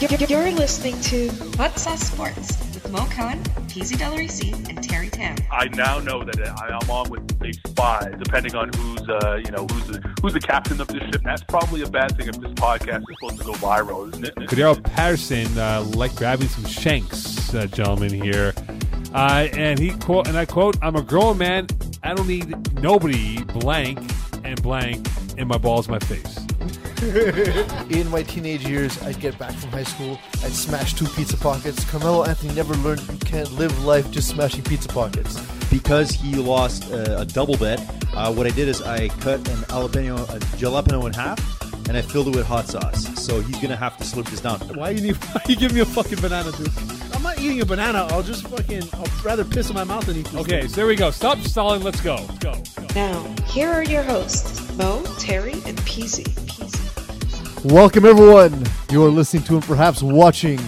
You're, you're listening to What's Up Sports with Mo Cohen, PZ Del Risi, and Terry Tam. I now know that I'm on with a spy, depending on who's, uh, you know, who's the, who's the captain of this ship. That's probably a bad thing if this podcast is supposed to go viral, isn't it? Cordero Patterson uh, like grabbing some shanks, uh, gentlemen here, uh, and he quote and I quote: "I'm a grown man. I don't need nobody blank and blank in my balls, my face." In my teenage years, I'd get back from high school, I'd smash two pizza pockets. Carmelo Anthony never learned you can't live life just smashing pizza pockets. because he lost uh, a double bet, uh, what I did is I cut an jalapeno, a jalapeno in half, and I filled it with hot sauce. So he's gonna have to slurp this down. Why you need? Why you give me a fucking banana, dude? I'm not eating a banana. I'll just fucking. I'll rather piss in my mouth than eat. This Okay, so there we go. Stop stalling. Let's go. Let's go. Let's go. Now, here are your hosts, Mo, Terry, and PZ. Welcome, everyone. You are listening to and perhaps watching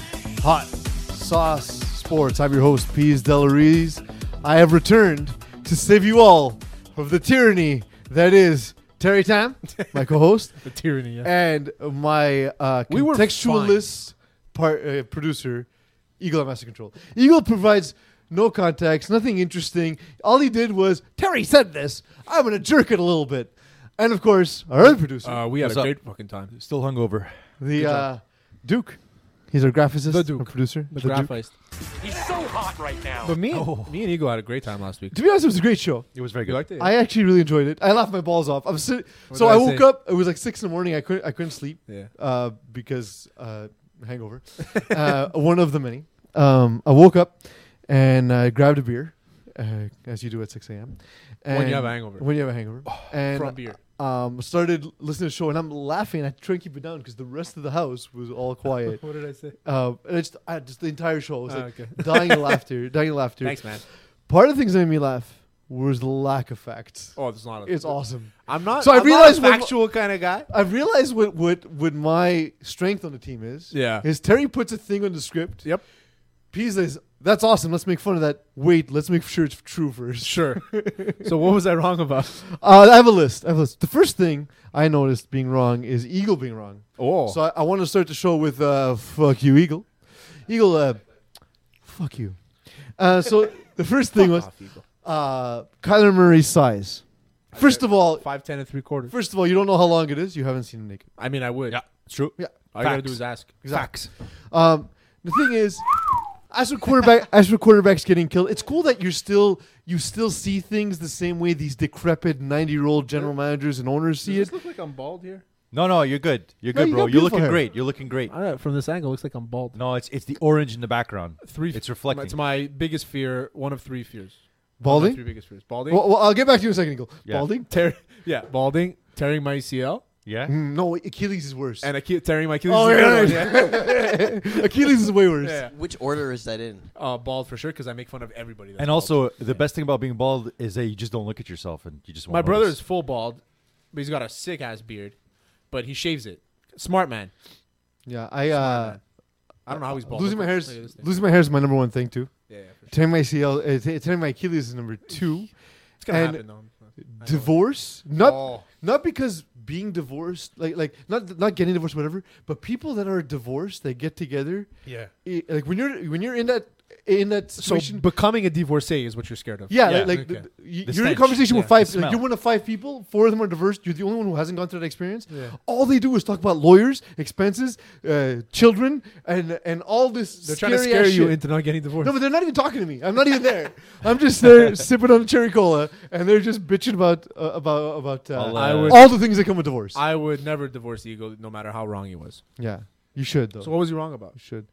Hot Sauce Sports. I'm your host, Pease Delariz. I have returned to save you all from the tyranny that is Terry Tam, my co host, The tyranny. Yeah. and my uh, We were contextualist part, uh, producer, Eagle at Master Control. Eagle provides no context, nothing interesting. All he did was, Terry said this. I'm going to jerk it a little bit. And of course, our other producer, Uh, we had What's a up? great fucking time. Still hungover. the uh, Duke. He's our graphicist, The Duke. our producer. the the Duke. graphite. He's so hot right now. But me, me and Ego had a great time last week. To be honest, it was a great show. It was very You good. liked Oh. it? I actually really enjoyed it. I laughed my balls off. I'm sit- so did I I woke say? up. It was like six in the morning. I couldn't. I couldn't sleep yeah. uh, because uh, hangover. uh, one of the many. Um, I woke up and I grabbed a beer, uh, as you do at six a.m. When you And- have a hangover. Oh, When you have a hangover. and From beer. um, started listening to the show, and I'm laughing. I try and keep it down because the rest of the house was all quiet. What did I say? Uh, and I just, I just the entire show was Ah, like okay. dying of laughter, dying of laughter. Thanks, man. Part of the things that made me laugh was the lack of facts. Oh, there's not. A, It's awesome. I'm not. So I I'm not realized a when- factual kind of guy. I realized what, what what my strength on the team is. Yeah. is Terry puts a thing on the script. Yep. Pisa is that's awesome. Let's make fun of that. Wait, let's make sure it's true first. Sure. so what was I wrong about? Uh, I have a list. I have a list. The first thing I noticed being wrong is Eagle being wrong. Oh. So I, I want to start the show with uh, "fuck you, Eagle." Eagle, uh, fuck you. Uh, so the first thing was uh, Kyler Murray's size. First of all, Five ten and three quarters. first of all, you don't know how long it is. You haven't seen him naked. I mean, I would. Yeah. It's true. Yeah. All you gotta Facts. do is ask. Facts. Um, the thing is, as for quarterback, as for quarterbacks getting killed, it's cool that you're still you still see things the same way these decrepit ninety year old general managers and owners see it. look like I'm bald here? No, no, you're good. You're No, good, you bro. got You're beautiful looking hair. great. You're looking great. I don't know. From this angle, it looks like I'm bald. No, it's it's the orange in the background. Three. It's reflecting. It's my biggest fear. One of three fears. One of my Balding. Three biggest fears. Balding. Well, well, I'll get back to you in a second, Eagle. Yeah. Balding. tear, yeah, balding, tearing my ACL, Yeah. Mm, no, Achilles is worse. and Achille, tearing my Achilles. oh, is the yeah, other one, yeah. right. Achilles is way worse. Yeah. Which order is that in? Uh, bald for sure because I make fun of everybody. that's And bald. also, the best thing about being bald is that you just don't look at yourself and you just. Won't my brother is notice. full bald, but he's got a sick ass beard, but he shaves it. Smart man. Yeah, I uh, I don't know how he's bald. losing my Look hair. at is- this thing. Losing my hair is my number one thing too. Yeah, yeah, for sure. Tearing my CL, uh, te- tearing my Achilles is number two. it's gonna and happen though. I know. Divorce, not Oh. not because being divorced, like like not not getting divorced, whatever, but people that are divorced that get together, Yeah. i- like when you're when you're in that in that So situation. becoming a divorcee is what you're scared of. yeah, Yeah, like, like the- okay. the- you- The you're in a stench. conversation Yeah, with five. the Like, you're smell. one of five people. Four of them are divorced. You're the only one who hasn't gone through that experience. Yeah. All they do is talk about lawyers, expenses, uh, children, and and all this. They're trying to scary ass scare you shit. into not getting divorced. No, but they're not even talking to me. I'm not even there. I'm just there sipping on a cherry cola, and they're just bitching about uh, about about I'll, uh, uh, I would- all the things that come with divorce. I would never divorce Ego, no matter how wrong he was. yeah, you should though. So what was he wrong about? you should.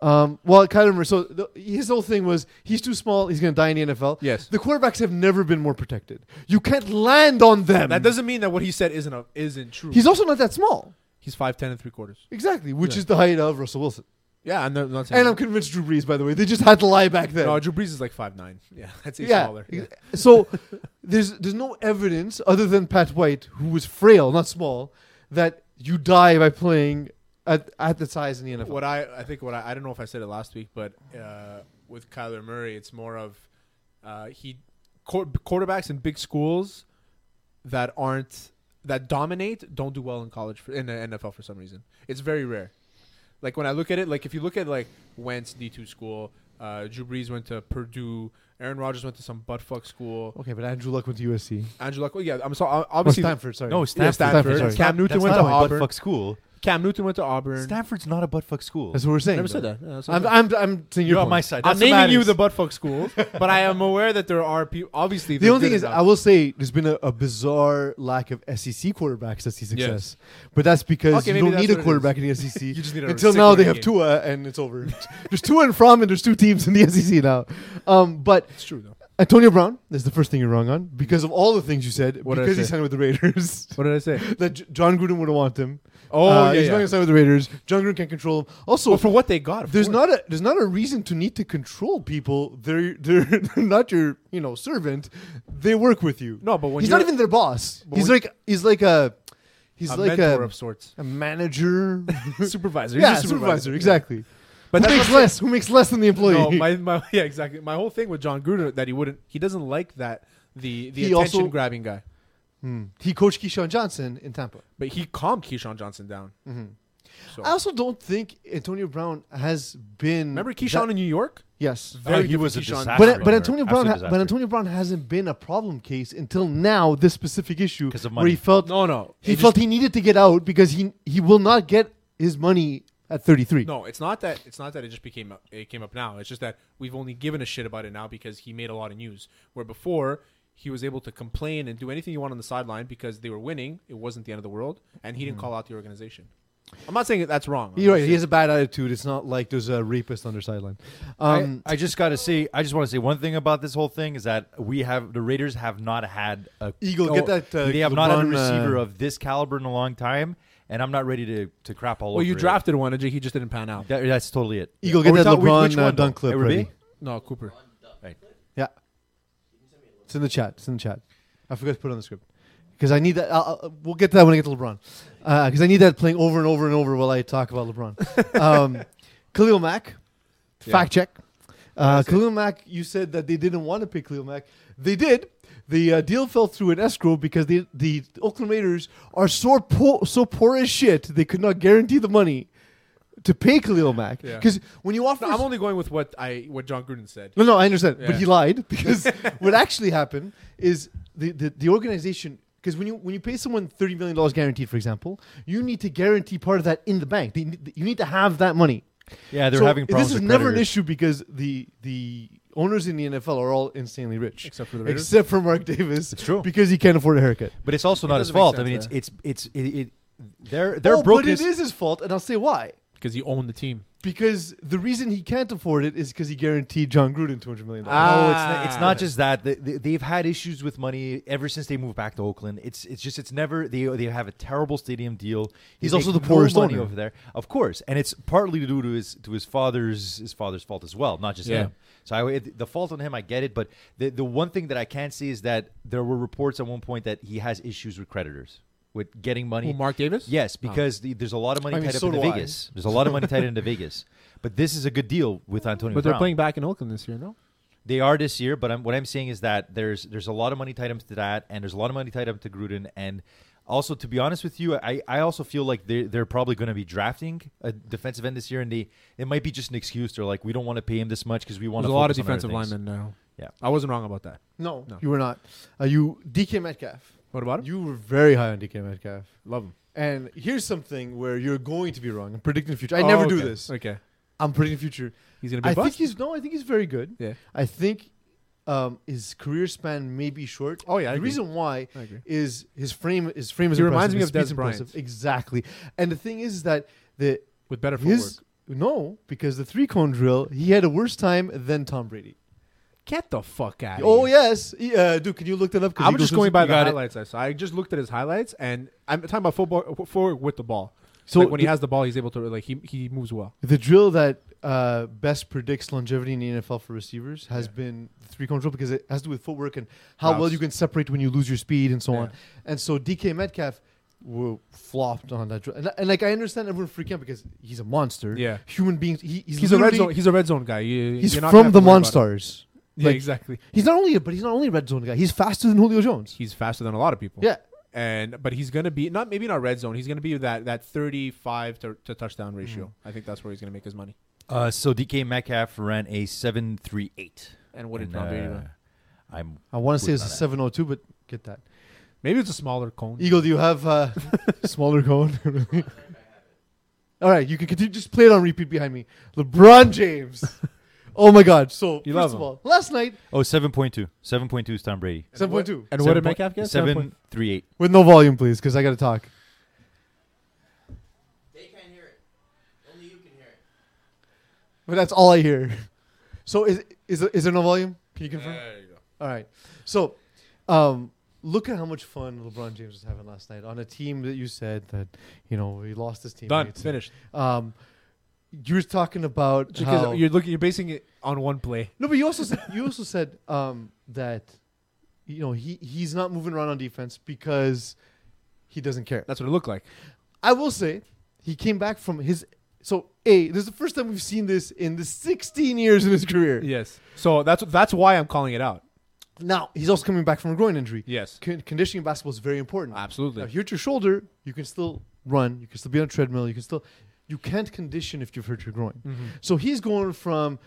Um, well, Kyler Murray. So the, his whole thing was he's too small. He's going to die in the NFL. Yes. The quarterbacks have never been more protected. You can't land on them. That doesn't mean that what he said isn't a, isn't true. He's also not that small. He's five ten and three quarters. Exactly, which Yeah. is the height of Russell Wilson. Yeah, I'm not, not saying. And I'm convinced Drew Brees. By the way, they just had to lie back then. no, Drew Brees is like five nine. Yeah, that's even yeah. smaller. ex- So there's there's no evidence other than Pat White, who was frail, not small, that you die by playing at at the size in the NFL. What I I think what I, I don't know if I said it last week, but uh, with Kyler Murray, it's more of uh, he quar- quarterbacks in big schools that aren't that dominate don't do well in college for, in the NFL for some reason. It's very rare. Like when I look at it, like if you look at like Wentz D two school, uh, Drew Brees went to Purdue, Aaron Rodgers went to some buttfuck school. Okay, but Andrew Luck went to USC. Andrew Luck, well, yeah, I'm sorry. Or Obviously, Stanford, sorry. No, Yeah, Stanford. Stanford. Stanford, sorry. Cam Newton went to Auburn. Fuck school. Cam Newton went to Auburn. Stanford's not a buttfuck school. that's what we're I saying. never though. said that. No, that's I'm, okay. I'm, I'm saying You're your on my point. side. I'm That's naming what you matters. the buttfuck schools, but I am aware that there are people. Obviously, The they're only good thing is, enough. I will say there's been a, a bizarre lack of SEC quarterbacks that see success, but that's because Okay, you maybe don't that's need a what it quarterback in the SEC. You just need a until sick now they running have game. Tua, and it's over. there's Tua and From, and there's two teams in the SEC now. Um, but It's true though. Antonio Brown is the first thing you're wrong on because of all the things you said. What did I because he say? signed with the Raiders. What did I say? that J- John Gruden would have want him. Oh, Uh, yeah, he's yeah. not gonna sign with the Raiders. John Gruden can't control him. Also, Well, for what they got, of there's course. not a there's not a reason to need to control people. They're they're, they're not your you know servant. They work with you. No, but when he's not you're- even their boss. But He's when- like he's like a he's a like mentor a, of sorts, a manager. supervisor. He's yeah, a supervisor. exactly. But who that's makes what I'm less? Who makes less than the employee? No, my, my yeah, exactly. My whole thing with John Gruden that he wouldn't, he doesn't like that the the He also- attention grabbing guy. he coached Keyshawn Johnson in Tampa. But he calmed Keyshawn Johnson down. Mm. So I also don't think Antonio Brown has been. remember Keyshawn that- in New York? Uh, yes. he different was a Keyshawn. disaster. But, Absolute but disaster. Antonio Brown Absolute ha- but disaster. Antonio Brown hasn't been a problem case until now. This specific issue 'Cause of where money. he felt No, no, he It felt just- he needed to get out because he he will not get his money at 33. no. It's not that. It's not that it just became up- it came up now. It's just that we've only given a shit about it now because he made a lot of news. Where before he was able to complain and do anything you want on the sideline because they were winning. It wasn't the end of the world, and he Hmm. didn't call out the organization. I'm not saying that that's wrong. I'm You're right. just He has a bad attitude. It's not like there's a rapist on their sideline. Um, I, I just got to say, I just want to say one thing about this whole thing is that we have the Raiders have not had a Eagle, get that, uh, they have not had a LeBron, uh, receiver of this caliber in a long time, and I'm not ready to to crap all Well, over. you it. drafted one, and he just didn't pan out. That, that's totally it. Eagle, get Oh, we that thought- which- LeBron, which one, uh, dunk though? clip It would ready. be? No, Cooper. Right. yeah, it's in the chat. It's in the chat. I forgot to put it on the script because I need that. I'll, I'll- we'll get to that when I get to LeBron because I need that playing over and over and over while I talk about LeBron. um, Khalil Mack, fact check. Uh, Khalil Mack, you said that they didn't want to pick Khalil Mack. They did. The uh, deal fell through an escrow because the the Oakland Raiders are so poor, so poor as shit. They could not guarantee the money to pay Khalil Mack Yeah. because when you offer No, I'm only going with what I what John Gruden said. no, no, I understand. But Yeah. he lied because what actually happened is the, the, the organization because when you when you pay someone thirty million dollars guaranteed, for example, you need to guarantee part of that in the bank. They, need- you need to have that money. Yeah, they're So having problems. This is with never an creditors. issue because the the owners in the NFL are all insanely rich, Except for the Raiders. except for Mark Davis. It's true. because he can't afford a haircut. But it's also not his doesn't make fault. I sense, mean, it's yeah. it's it's it. it they're they're oh, but broken. it is his fault, and I'll say why. because he owned the team. Because the reason he can't afford it is because he guaranteed John Gruden two hundred million dollars. No, Oh, it's not, Ah. it's not just that. They, they, they've had issues with money ever since they moved back to Oakland. It's it's just it's never they they have a terrible stadium deal. He's They also make the poorest no money owner. over there, of course, and it's partly due to his to his father's his father's fault as well, not just Yeah. him. So I, it- the fault on him, I get it, but the the one thing that I can see is that there were reports at one point that he has issues with creditors. With getting money, Who, Mark Davis? Yes, because the, there's a lot of money I mean, tied so up in do I. Vegas. There's a lot of money tied into Vegas, but this is a good deal with Antonio. But they're Brown. playing back in Oakland this year, no? They are this year, but I'm, what I'm saying is that there's there's a lot of money tied up to that, and there's a lot of money tied up to Gruden, and also to be honest with you, I, I also feel like they they're probably going to be drafting a defensive end this year, and they it might be just an excuse. They're like, we don't want to pay him this much because we want There's to a lot of focus on other defensive things." linemen now. Yeah. I wasn't wrong about that. no, No. you were not. Uh, you DK Metcalf. What about him? You were very high on DK Metcalf. Love him. And here's something where you're going to be wrong. I'm predicting the future. I never do this. Oh, Okay. I'm predicting the future. He's gonna be I a think bust. he's no. I think he's very good. Yeah. I think um, his career span may be short. Oh, yeah, I The agree. reason why I agree. is his frame. His frame is. He reminds impressive, me his of Des speed's impressive. Bryant. Exactly. And the thing is that the With better footwork. his no because the three cone drill he had a worse time than Tom Brady. Get the fuck out. Oh yes, He- uh, dude. Can you look that up? 'Cause I'm Eagles just going by listen- the You got it. highlights I saw. I just looked at his highlights, and I'm talking about football uh, forward with the ball. So So when he the- has the ball, he's able to like he he moves well. The drill that uh, best predicts longevity in the NFL for receivers has been the three cone drill because it has to do with footwork and how well Routes. you can separate when you lose your speed and so on. Yeah. And so DK Metcalf were flopped on that drill. And, and, like I understand everyone freaking out because he's a monster. Yeah. Human beings. He, he's He's, a red literally- zone. He's a red zone guy. You, He's you're not gonna from have the to worry about it. Monstars. Yeah, Like, exactly. He's not only, but he's not only a red zone guy. He's faster than Julio Jones. He's faster than a lot of people. Yeah. and but he's gonna be not maybe not red zone. He's gonna be that that thirty five to, to touchdown ratio. Mm. I think that's where he's gonna make his money. Uh, so DK Metcalf ran a seven three eight. uh, And what did Tom uh, Brady run? I'm I want to say Who's it's a not at? 702, but get that. Maybe it's a smaller cone. Eagle, do you have uh, smaller cone? All right, you can continue. Just play it on repeat behind me. LeBron James. Oh my God! So You first love of him. all, last night oh 7.2. 7.2 is Tom Brady. seven point two And Seven what did point- Metcalf get? Seven point- Seven three eight. with no volume, please, because I got to talk. They can't hear it. Only you can hear it. But that's all I hear. So is is is there no volume? Can you confirm? There you go. All right. So, um, look at how much fun LeBron James was having last night on a team that you said that you know he lost his team. Done. Finished. Um, you were talking about how, Because you're looking, you're basing it on one play. no, but you also said, you also said um, that you know he he's not moving around on defense because he doesn't care. That's what it looked like. I will say he came back from his so a this is the first time we've seen this in the 16 years in his career. Yes. So that's that's why I'm calling it out. Now he's also coming back from a groin injury. Yes. Con- conditioning in basketball is very important. Absolutely. Now, if you hurt your shoulder, you can still run. You can still be on a treadmill. You can still, you can't condition if you've hurt your groin. Mm-hmm. So he's going from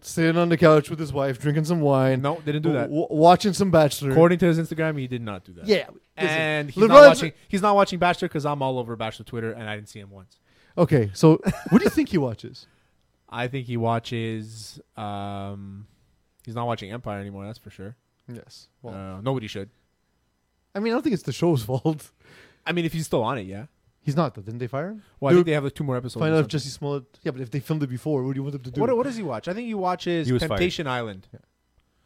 sitting on the couch with his wife, drinking some wine. No, didn't do that. w- watching some Bachelor. According to his Instagram, he did not do that. yeah. listen, And he's not LeBron's- watching. He's not watching Bachelor because I'm all over Bachelor Twitter, and I didn't see him once. Okay, so what do you think he watches? I think he watches. Um, he's not watching Empire anymore. That's for sure. Yes. Well, Uh, nobody should. I mean, I don't think it's the show's fault. I mean, if he's still on it, yeah. He's not though. Didn't they fire him? Well, I Dude, think they have like two more episodes. find or out if something. Jesse Smollett. Yeah, but if they filmed it before, what do you want them to do? what, what does he watch? I think he watches He was Temptation Island.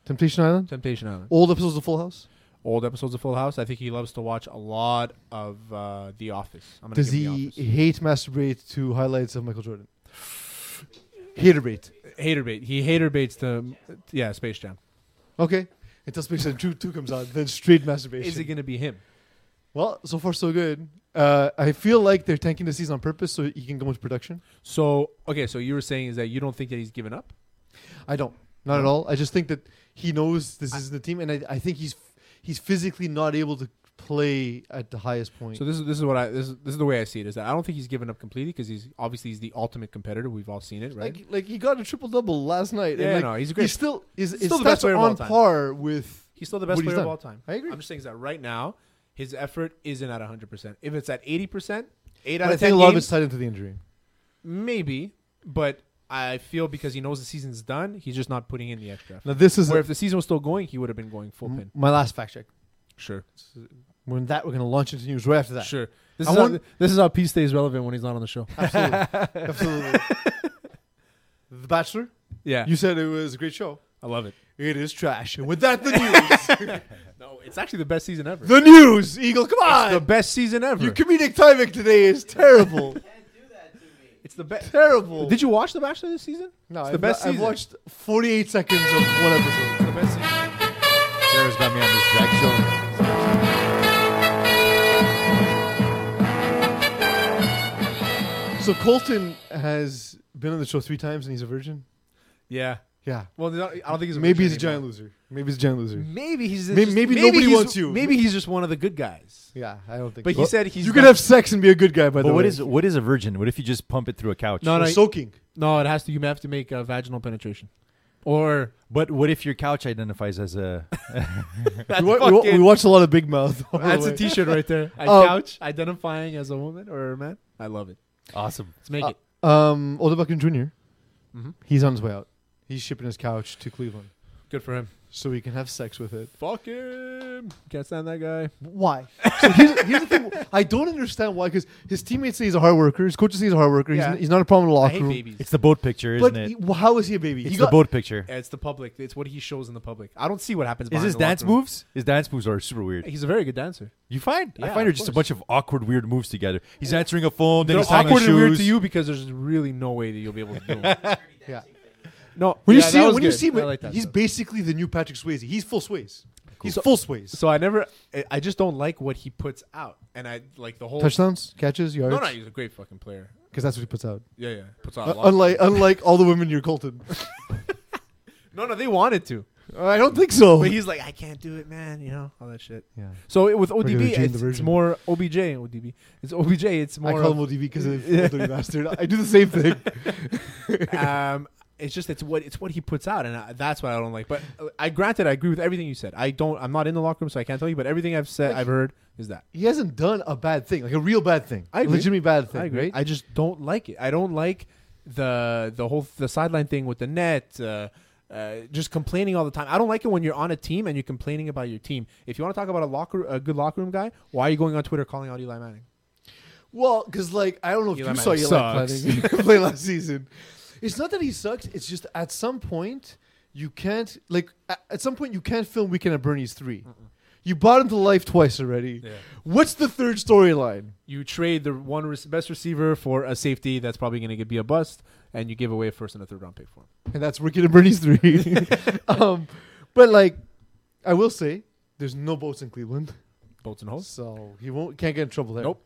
Temptation Island. Temptation Island. Old episodes of Full House. Old episodes of Full House. I think he loves to watch a lot of uh, The Office. I'm gonna Does give him he The Office. hate masturbate to highlights of Michael Jordan? Haterbait. hater bait? He hater baits the yeah Space Jam. Okay. Until Space Jam 2, 2 comes out, then straight masturbation. Is it gonna be him? well, so far so good. Uh, I feel like they're tanking the season on purpose so he can go into production. So okay, so you were saying is that you don't think that he's given up? I don't. Not at all. I just think that he knows this isn't the team, and I, I think he's he's physically not able to play at the highest point. So this is this is what I this is, this is the way I see it is that I don't think he's given up completely because he's obviously he's the ultimate competitor. We've all seen it, right? like, like he got a triple double last night. Yeah, and like, no, he's great. He's still is Still the best player of all on time. par with. he's still the best what he's player of done. all time. I agree. I'm just saying is that right now his effort isn't at 100. percent If it's at 80, percent eight But out I of ten think a lot of games, it's tied into the injury. maybe. But I feel because he knows the season's done, he's just not putting in the extra. effort. Now this is Where if the season was still going, he would have been going full pin. my last fact check. Mm-hmm. Sure, We're in that we're going to launch into news right after that. sure. This I is want- how, this is how P stays relevant when he's not on the show. Absolutely. Absolutely. the Bachelor? yeah, You said it was a great show. I love it. It is trash. And with that, the news. No, it's actually the best season ever. the news, Eagle, come the on. best season ever. Your comedic timing today is terrible. it's the best. terrible. Did you watch The Bachelor this season? No, it's I've, the best I've season. watched 48 seconds of one episode. the best season. Sarah's got me on this drag show. So Colton has been on the show three times and he's a virgin? Yeah. Yeah. Well, they're not- I don't think he's a Maybe virgin he's a giant anymore. loser. Maybe he's a giant loser. Maybe he's Maybe- just- maybe nobody he's- wants you. Maybe he's just one of the good guys. Yeah, I don't think But so. he said he's You can not- have sex and be a good guy, by the But way. what is what is a virgin? What if you just pump it through a couch? No, Or no, soaking. no. It has to. You have to make a vaginal penetration, or But what if your couch identifies as a that's We, wa- we wa- we watched a lot of Big Mouth. all the that's way. a T-shirt right there. A Um, couch identifying as a woman or a man. I love it. awesome? Let's make Uh, it. Um, Odell Beckham junior He's on his way out. He's shipping his couch to Cleveland Good for him. so he can have sex with it. Fuck him. Can't stand that guy. Why? So here's, here's the thing. I don't understand why. Because his teammates say he's a hard worker. His coaches say he's a hard worker. Yeah. He's, he's not a problem in the I locker hate room. babies. It's the boat picture, isn't But it? he- well, how is he a baby? it's he the boat picture. Yeah, it's the public. It's what he shows in the public. I don't see what happens. Is behind his the dance locker room. moves? His dance moves are super weird. He's a very good dancer. You find? I Yeah, find her of just a course. bunch of awkward, weird moves together. He's answering a phone, then They're he's tying awkward his and weird shoes. to you because there's really no way that you'll be able to do it. Yeah. no, When you yeah, that see him, was when you good. see him, I like that he's stuff. basically the new Patrick Swayze. He's full Swayze. He's So- full Swayze. So I never, I- I just don't like what he puts out, and I like the whole Touchdowns, catches, yards. No, no, he's a great fucking player. because that's what he puts out. Yeah, yeah, puts out. a Uh, lot. unlike, unlike all the women near Colton. no, no, they wanted to. I don't think so. But he's like, I can't do it, man. You know all that shit. Yeah. So it, with ODB, Gene the it's, it's Virgin. more OBJ and ODB. It's OBJ. It's I more. call him ODB because of the bastard. I do the same thing. um, it's just it's what it's what he puts out, and I, that's what I don't like. But uh, I granted, I agree with everything you said. I don't. I'm not in the locker room, so I can't tell you. But everything I've said, I've heard is that. He hasn't done a bad thing, like a real bad thing, I I agree. legitimate bad thing, I agree. right? I just don't like it. I don't like the the whole the sideline thing with the net. Uh, uh, just complaining all the time. I don't like it when you're on a team and you're complaining about your team. If you want to talk about a locker, a good locker room guy, why are you going on Twitter calling out Eli Manning? Well, because like I don't know if Eli you Manning saw Eli sucks. Manning play last season. It's not that he sucks. It's just at some point you can't like a- at some point you can't film Weekend at Bernie's 3 You bought him to life twice already. What's the third storyline? You trade the one rec- best receiver for a safety that's probably going to be a bust, and you give away a first and a third round pick for him. and that's Ricky and Bernie's three. um, but like, I will say, there's no boats in Cleveland, Bolts and holes. so he won't can't get in trouble there. Nope.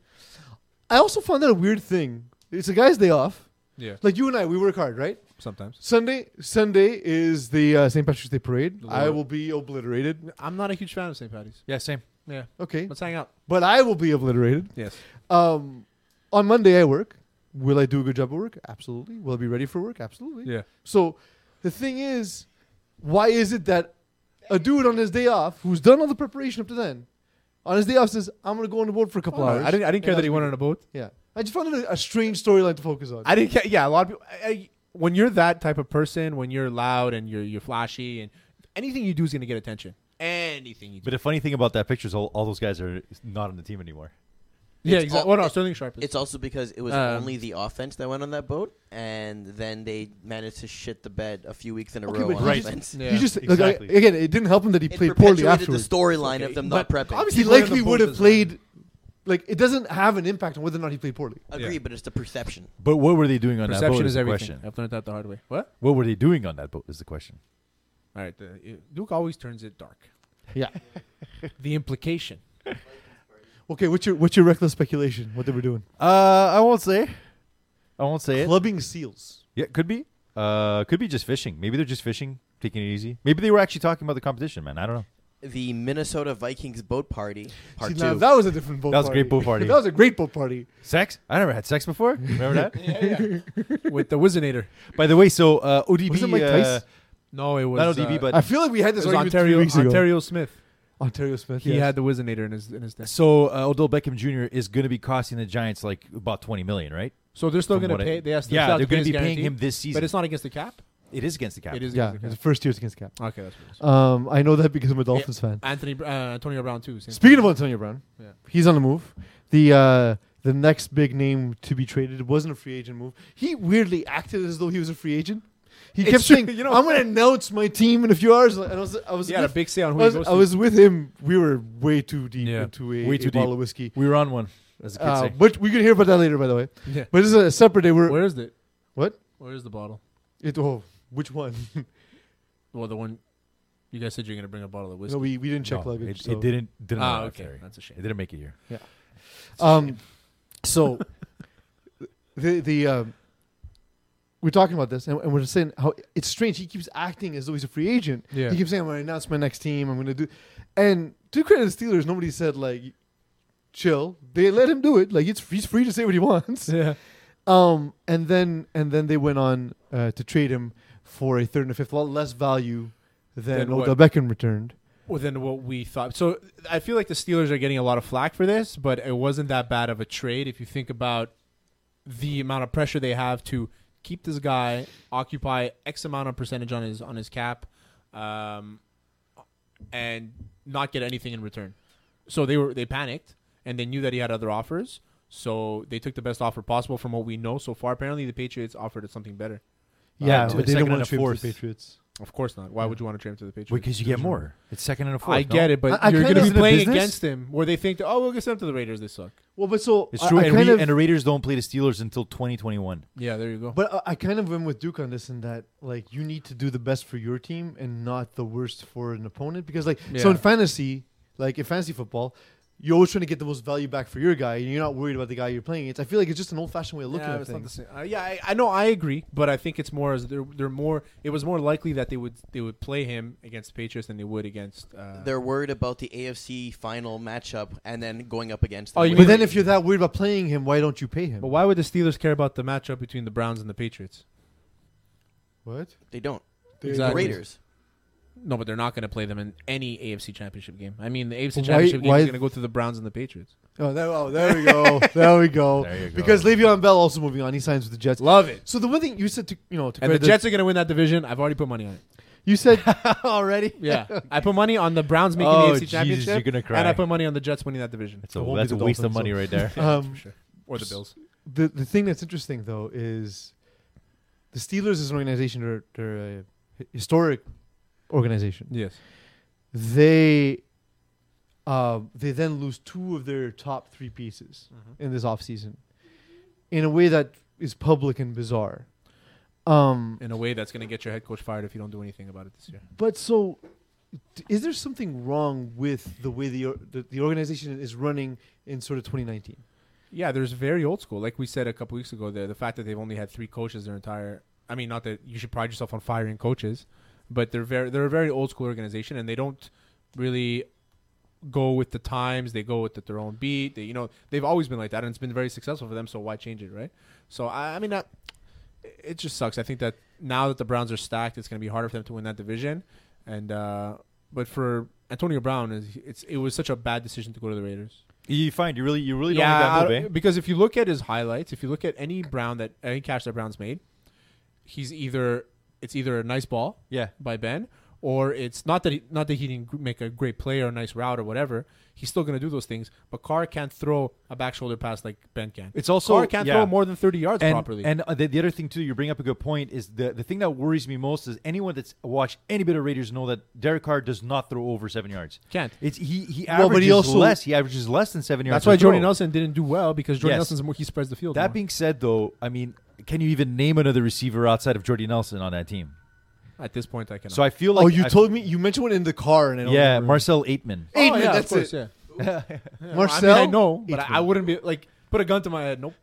I also found out a weird thing. It's a guy's day off. Yeah, Like you and I, we work hard, right? sometimes. Sunday, Sunday is the uh, St. Patrick's Day parade. I Lord. will be obliterated. I'm not a huge fan of St. Patty's. Yeah, same. Yeah, Okay, let's hang out. but I will be obliterated. Yes. Um, on Monday, I work. Will I do a good job at work? Absolutely. Will I be ready for work? Absolutely. Yeah. So the thing is, why is it that a dude on his day off, who's done all the preparation up to then, on his day off says, "I'm gonna go on the boat for a couple hours." Oh, I didn't. I didn't care that he went on a boat. Yeah, I just found it a, a strange storyline to focus on. I didn't. Care, yeah, a lot of people. I, I, when you're that type of person, when you're loud and you're you're flashy, and anything you do is going to get attention. Anything you do. But the funny thing about that picture is all, all those guys are not on the team anymore. yeah, It's exactly. all- Well, no, Sterling Sharp. Is. It's also because it was Um, only the offense that went on that boat, and then they managed to shit the bed a few weeks in a Okay, row but on right. offense. Yeah. He just like, exactly. I- again, it didn't help him that he It played poorly perpetuated afterwards. the storyline of them not but prepping. Obviously, he He learned likely the would have boat played. Like it doesn't have an impact on whether or not he played poorly. Agree, but it's the perception. But what were they doing on that boat? Perception Is is the everything. question. I've learned that the hard way. What? What were they doing on that boat? Is the question. All right. The, it- Duke always turns it dark. Yeah. The implication. Okay, what's your what's your reckless speculation? What they were doing? Uh, I won't say. I won't say it. Clubbing seals. Yeah, could be. Uh, could be just fishing. Maybe they're just fishing, taking it easy. Maybe they were actually talking about the competition, man. I don't know. The Minnesota Vikings boat party, part See, now two. that was a different boat. That was a party. great boat party. that was a great boat party. Sex? I never had sex before. Remember that? with the Wizinator. By the way, so uh, ODB. Was it Mike uh, Tyson? No, it was Not ODB, uh, but I feel like we had it this was argument three Ontario weeks ago. Ontario Smith. Ontario Smith. He yes. had the Wizinator in his in his desk. so uh, Odell Beckham Jr. is going to be costing the Giants like about twenty million, right? So they're still From going to what pay. I- They asked. Yeah, still have they're to pay gonna his be paying guarantee, him this season. But it's not against the cap. It is against the cap. It is. yeah, against his the cap. first year's against cap. Okay, that's what it is. Um, I know that because I'm a Dolphins fan. Uh, Anthony Br- uh, Antonio Brown too. Same Speaking of Antonio Brown, Yeah. he's on the move. The uh, the next big name to be traded it wasn't a free agent move. He weirdly acted as though he was a free agent. He kept true, saying, you know. "I'm going to announce my team in a few hours," and I was, I was, he had a with, big say on I who was, he goes I to. was with him. We were way too deep Yeah. into a, Way a too bottle deep. of whiskey. We were on one, as the kids Uh, say. but we could hear about that later, by the way. Yeah. But this is a separate day. We're Where is it? What? Where is the bottle? It, oh, which one? Well, the one you guys said you're gonna bring a bottle of whiskey. no, we, we didn't check No, luggage. It, so. it didn't. didn't Ah, arrive okay. there. That's a shame. It didn't make it here. Um, so the the um, we're talking about this, and, and we're saying how it's strange. He keeps acting as though he's a free agent. Yeah. He keeps saying, "I'm going to announce my next team. I'm going to do." And to credit the Steelers, nobody said like, "Chill." They let him do it. Like it's he's free to say what he wants. Yeah. Um, and then and then they went on uh, to trade him for a third and a fifth, a lot less value than Than what? Odell Beckham returned. Well, than what we thought. So I feel like the Steelers are getting a lot of flack for this, but it wasn't that bad of a trade if you think about the amount of pressure they have to keep this guy occupy X amount of percentage on his on his cap, um, and not get anything in return. So they were they panicked and they knew that he had other offers. So they took the best offer possible from what we know so far. Apparently, the Patriots offered something better. Yeah, Uh, to but a they second don't and want a to trade him to fourth. the Patriots. Of course not. Why would you want to trade him to the Patriots? Because you get more. It's second and a fourth. I get it, but I- I you're going to kinda- be Isn't it playing business? against him, where they think, that, oh, we'll get sent to the Raiders. They suck. Well, but so It's I- true. I and, kind we, of- and the Raiders don't play the Steelers until 2021. Yeah, there you go. But I, I kind of went with Duke on this in that like you need to do the best for your team and not the worst for an opponent because like so Yeah. in fantasy, like in fantasy football, you're always trying to get the most value back for your guy, and you're not worried about the guy you're playing. It's I feel like it's just an old fashioned way of looking yeah, at it's not the things. same. Uh, yeah, I, I know. I agree, but I think it's more as they're they're more. It was more likely that they would they would play him against the Patriots than they would against. Uh, They're worried about the AFC final matchup and then going up against. Oh, the you But winner. then if you're that worried about playing him, why don't you pay him? but why would the Steelers care about the matchup between the Browns and the Patriots? What? they don't, the Exactly. Raiders. No, but they're not going to play them in any AFC Championship game. I mean, the AFC Why- Championship game why- is going to go through the Browns and the Patriots. Oh, there, oh, there we go. there we go. There you go. Because Le'Veon Bell also moving on. He signs with the Jets. Love it. So the one thing you said to you know to And the credit- Jets are going to win that division. I've already put money on it. you said already. Yeah, I put money on the Browns making Oh, the AFC Jesus, Championship, you're gonna cry. and I put money on the Jets winning that division That's a, It won't be that's a the waste of Dolphins, money so- right there. Um, or the Bills. the the thing that's interesting though is the Steelers as an organization are they're a hi- historic organization. Yes. They um, they then lose two of their top three pieces Mm-hmm. in this offseason in a way that is public and bizarre. Um, In a way that's going to get your head coach fired if you don't do anything about it this year. But so, d- is there something wrong with the way the or- the, the organization is running in sort of 2019? Yeah, there's very old school. Like we said a couple weeks ago, there the fact that they've only had three coaches their entire. I mean, not that you should pride yourself on firing coaches, but they're very they're a very old school organization, and they don't really go with the times. They go with their own beat. They, you know, they've always been like that, and it's been very successful for them. So why change it, right? So I, I mean, I, it just sucks. I think that now that the Browns are stacked, it's going to be harder for them to win that division. And uh, but for Antonio Brown, is- it's it was such a bad decision to go to the Raiders you find you really you really don't I- like that move, eh? because if you look at his highlights, if you look at any Brown that any catch that Brown's made, he's either it's either a nice ball Yeah. by Ben or it's not that he, not that he didn't gr- make a great play or a nice route or whatever. He's still going to do those things, but Carr can't throw a back shoulder pass like Ben can. It's also- Carr can't yeah. throw more than thirty yards and, properly. And uh, the, the other thing too, you bring up a good point is the the thing that worries me most is anyone that's watched any bit of Raiders know that Derek Carr does not throw over seven yards. Can't. It's he he Well, averages but he also- less. He averages less than seven yards. that's why per throw. Jordy Nelson didn't do well because Jordy Yes. Nelson's more he spreads the field. That more. being said, though, I mean, can you even name another receiver outside of Jordy Nelson on that team? at this point, I cannot. So I feel like oh, you I- told me you mentioned one in the car, and I don't yeah, remember. Marcel Aitman. Oh, Aitman, yeah, of that's course, it. yeah. Marcel. I, mean, I know, but I, I Aitman. wouldn't be like put a gun to my head. Nope.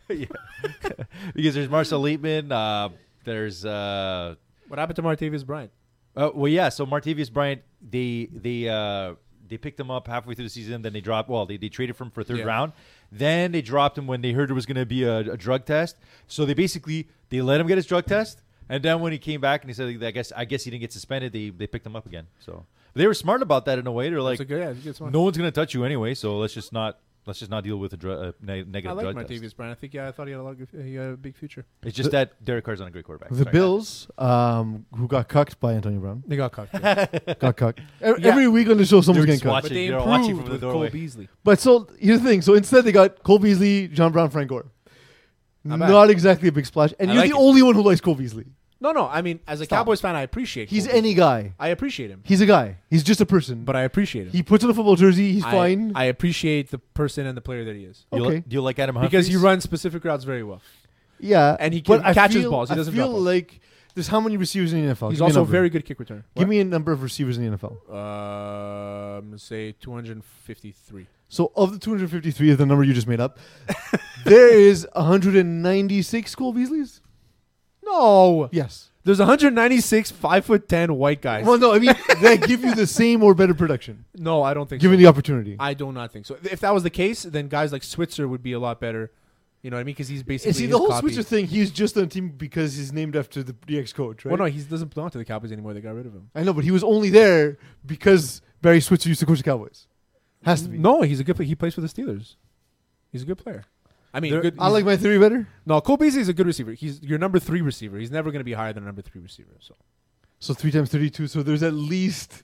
because there's Marcel Aitman. Uh, there's uh, What happened to Martavius Bryant? uh, well, yeah. So Martavius Bryant, they they uh, they picked him up halfway through the season. Then they dropped. Well, they, they traded for him for third Yeah. round. Then they dropped him when they heard it was going to be a, a drug test. So they basically they let him get his drug test, and then when he came back and he said, "I guess I guess he didn't get suspended," they they picked him up again. So they were smart about that in a way. They're like, It's a good, yeah, it's a good smart. no one's going to touch you anyway, so let's just not. Let's just not deal with a dru- uh, ne- I negative like drug Martavius test. Bryant. I think yeah, I thought he had a lot of good, he had a big future. It's just that Derek Carr's not a great quarterback. the Sorry, guys. Bills, um, who got cucked by Antonio Brown, They got cocked. got cucked. Every, every week on the show, someone's They're getting just cucked. watching- they're watching from the doorway. Beasley. But so here's the thing. So instead, they got Cole Beasley, John Brown, Frank Gore. Not Not, bad. exactly a big splash, and I you're like the it. only one who likes Cole Beasley. No, no. I mean, as a Stop. Cowboys fan, I appreciate. He's Cole Beasley. any guy. I appreciate him, He's a guy. He's just a person. but I appreciate him. he puts on a football jersey. He's I, fine. I appreciate the person and the player that he is Do you, Okay. li- do you like Adam Humphries? because he runs specific routes very well. Yeah, And he but can- I catches feel- balls. He doesn't I feel drop them. like there's how many receivers in the NFL? He's Give me a also a number. very good kick return. Give me a number of receivers in the NFL. um, say 253. So of the 253 of the number you just made up, there is 196 Cole Beasleys. No, Yes. there's 196 five foot ten white guys. Well, no, I mean they give you the same or better production No, I don't think. so. given the opportunity. I do not think so. If that was the case, then guys like Switzer would be a lot better. You know what I mean? Because he's basically And see his the whole copy. Switzer thing. He's just on the team because he's named after the, the ex-coach, right? Well, no, he doesn't belong to the Cowboys anymore. They got rid of him. I know, but he was only there because Barry Switzer used to coach the Cowboys. Has to be. No, he's a good. play- He plays for the Steelers. He's a good player. I mean, good, I like my theory better. no. Cole Beasley is a good receiver. He's your number three receiver. He's never going to be higher than a number three receiver. So So three times thirty-two. So there's at least,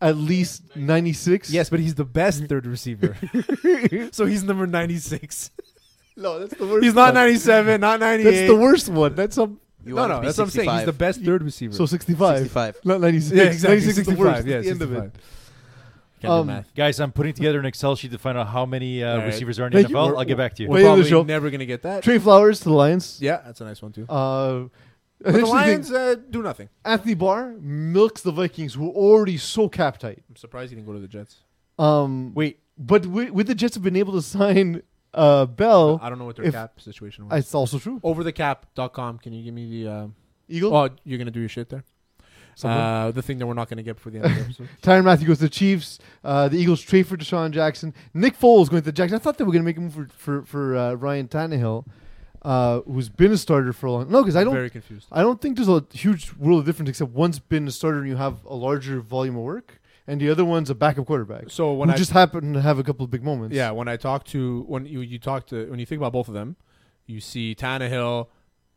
at least ninety-six. yes, but he's the best third receiver. so he's number ninety six. No, that's the worst. He's not one. ninety seven. Not ninety eight. That's the worst one. That's some. You No, want no, it to be that's what I'm saying. He's the 65. best third receiver. So sixty-five. 65. Not ninety-six. yeah, exactly. 96 is the 65, worst. Yeah, That's the end of it. 65. Can't do Um, math. Guys, I'm putting together an Excel sheet to find out how many uh, All right. receivers are in Thank the you. NFL. We're- I'll get back to you. we're- We're Play of the probably show. never going to get that. Trey Flowers to the Lions. Yeah, that's a nice one too. Uh, But the essentially think Lions uh, do nothing. Anthony Barr milks the Vikings, who are already so cap tight. I'm surprised he didn't go to the Jets. Um, Wait, But wi- with the Jets have been able to sign uh, Bell. I don't know what their if- cap situation was. It's also true. Overthecap.com. Can you give me the? Uh, Eagle. oh, you're gonna do your shit there. Something. Uh, the thing that we're not gonna get before the end of the episode. Tyron Matthew goes to the Chiefs. Uh, the Eagles trade for Deshaun Jackson. Nick Foles going to the Jackson. I thought they were going to make him for for, for uh, Ryan Tannehill, uh, who's been a starter for a long. No, because I don't. Very confused. I don't think there's a huge world of difference except one's been a starter and you have a larger volume of work, and the other one's a backup quarterback. So when who I just happened to have a couple of big moments. Yeah, when I talk to when you you talk to when you think about both of them, you see Tannehill.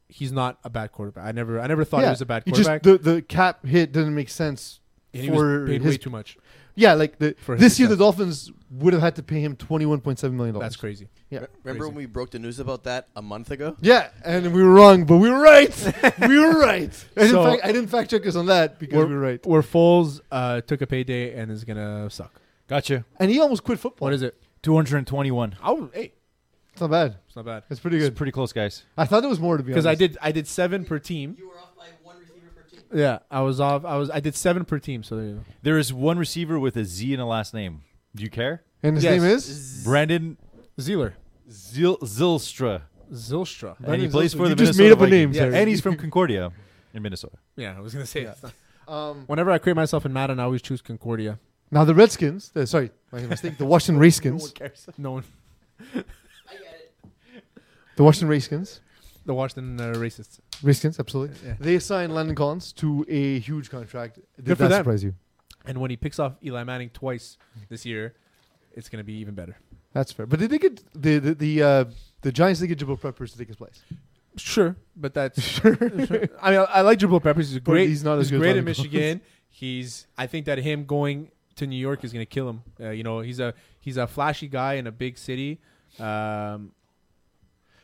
He's not a bad quarterback. I never I never thought he was a bad You just- quarterback. the the cap hit didn't make sense. and he for was paid his- way too much. Yeah, like the For his this year the success. Dolphins would have had to pay him twenty one point seven million dollars. That's crazy. Yeah. Crazy. Remember when we broke the news about that a month ago? Yeah, and we were wrong, but we were right. we were right. And So- in fact, I didn't fact check us on that because we were right. Where Foles uh, took a payday and is gonna suck. Gotcha. And he almost quit football. What is it? Two hundred and twenty-one. Oh, hey, It's not bad. it's not bad. It's pretty good. pretty close, guys. I thought there was more to be Because I honest. did I did seven per team. were off by one receiver per team. Yeah, I was off. I was I did seven per team. So there you go. There is one receiver with a Z in a last name. Do you care? And his Yes. name is. Brandon Zeeler, Zil- Zilstra, Zilstra. and he Brandon plays Zylstra. for the You just Minnesota made up a name, Vikings. sorry. and he's from Concordia, in Minnesota. Yeah, I was gonna say. it's not- Um, Whenever I create myself in Madden, I always choose Concordia. now the Redskins. Uh, sorry, my mistake. The Washington Redskins. No one, The Washington Redskins. the Washington uh, racists. Redskins, absolutely. Yeah. They signed Landon Collins to a huge contract. Did Good for that them. surprise you? And when he picks off Eli Manning twice this year, it's going to be even better. That's fair. But did they get the the the, uh, the Giants? Did get Jabril Preppers to take his place. Sure, but that's sure. I mean, I, I like Jabril Peppers. He's a But great. he's not as he's good as great at Landon Collins. Michigan. He's. I think that him going to New York is going to kill him. Uh, you know, he's a he's a flashy guy in a big city. Um,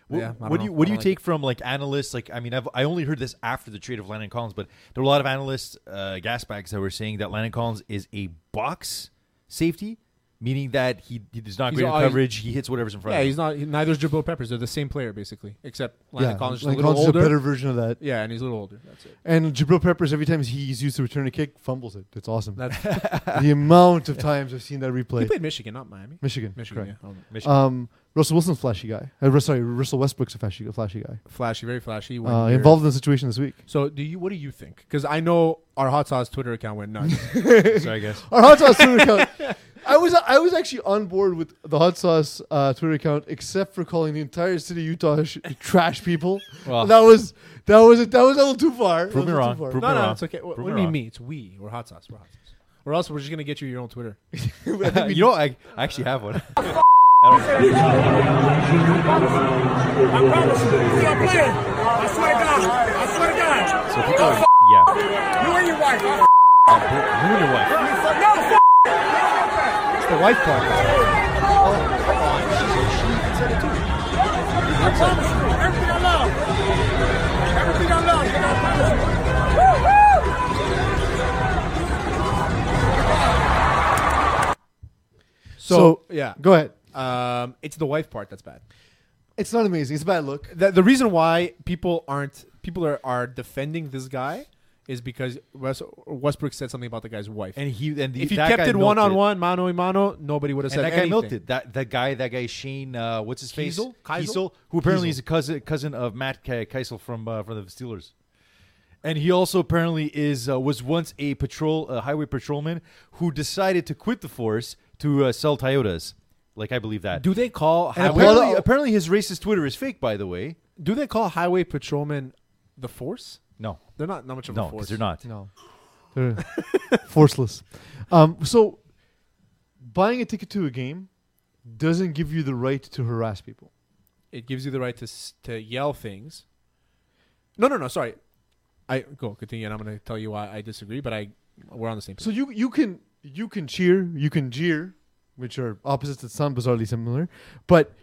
What, Yeah, I what don't do you know. what I do you don't take from like analysts? Like, I mean, I've I only heard this after the trade of Landon Collins, but there were a lot of analysts, uh, gas bags that were saying that Landon Collins is a box safety, meaning that he, he does not He's great in always- coverage. He hits whatever's in front. yeah, of him. he's not. he- neither is Jabril Peppers. They're the same player basically, except Landon Collins is a Landon little Collins is older. a better version of that. yeah, and he's a little older. That's it. And Jabril Peppers, every time he's used to return a kick, fumbles it. It's awesome. the amount of times I've seen that He replay. played Michigan, not Miami. Michigan. Michigan, yeah. Oh, Michigan. Um, Russell Wilson's flashy guy. Uh, Rus- sorry, Russell Westbrook's a flashy, a flashy guy. Flashy, very flashy. when Uh, you're- involved in the situation this week. So, do you? What do you think? Because I know our hot sauce Twitter account went nuts. Sorry, guys. Our hot sauce Twitter account. I was I was actually on board with the hot sauce uh, Twitter account, except for calling the entire city of Utah sh- trash people. Well. that was that was that was a little too far. Prove That was a little me wrong. too far. Prove- No, We're no, wrong. it's okay. What, Prove what do me you mean wrong. me? It's we. We're hot sauce. We're hot sauce. Or else we're just gonna get you your own Twitter. you know, I, I actually have one. I don't- So people are, yeah. You and your wife. It's the wife part. So, yeah, Go ahead. um, it's the wife part that's bad. It's not amazing. It's a bad look. The, the reason why people aren't people are, are defending this guy is because Wes, Westbrook said something about the guy's wife. And he and the, if you that kept guy it one on milked one, mano a mano, nobody would have and said that guy anything. melted. That that guy, that guy Shane, uh, what's his face? Kiesel? Kiesel? who apparently is a cousin cousin of Matt Ke- Keisel from uh, from the Steelers. And he also apparently is uh, was once a patrol a highway patrolman who decided to quit the force to uh, sell Toyotas. Like I believe that. Do they call and highway, apparently, apparently his racist Twitter is fake. By the way, do they call highway patrolmen the force? no, They're not not much of no, a because force. they're not. No. They're forceless. Um, so buying a ticket to a game doesn't give you the right to harass people. It gives you the right to s- to yell things. No, no, no. Sorry, I go continue, and I'm going to tell you why I disagree. But I we're on the same page. So you you can you can cheer, you can jeer, which are opposites that sound bizarrely similar, but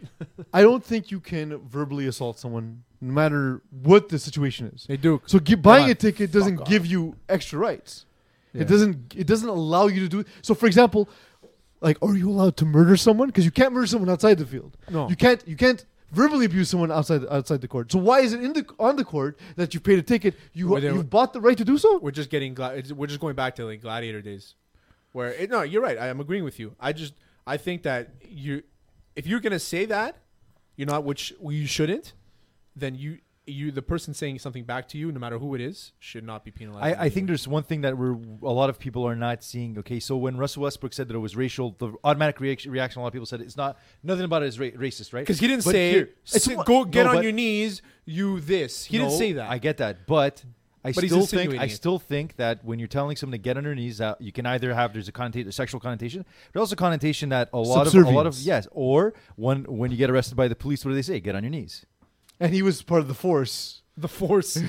I don't think you can verbally assault someone no matter what the situation is. Hey Duke, So gi- buying on, a ticket doesn't fuck give you extra rights. Yeah. It doesn't. It doesn't allow you to do. So, for example, like, are you allowed to murder someone? Because you can't murder someone outside the field. No. you can't. You can't verbally abuse someone outside outside the court. So why is it in the on the court that you paid a ticket? You Where they you were- have bought the right to do so. we're just getting gla- it's- we're just going back to like gladiator days, where it, no, you're right. I am agreeing with you. I just I think that you, if you're gonna say that, you're not which you shouldn't, then you you the person saying something back to you, no matter who it is, should not be penalized. in I, I any think way. there's one thing that we're a lot of people are not seeing. Okay, so when Russell Westbrook said that it was racial, the automatic reaction, reaction a lot of people said it's not nothing about it is ra- racist, right? because he didn't But say here- "Sit- No, go get on but- your knees, you this. He didn't no, say that. I get that, but I But he's still think I insinuating it. still think that when you're telling someone to get on their knees, uh, you can either have there's a connotation, a sexual connotation, but also connotation that a lot of a lot of Subservience. yes, or when when you get arrested by the police, what do they say? Get on your knees. and he was part of the force. the force. Um,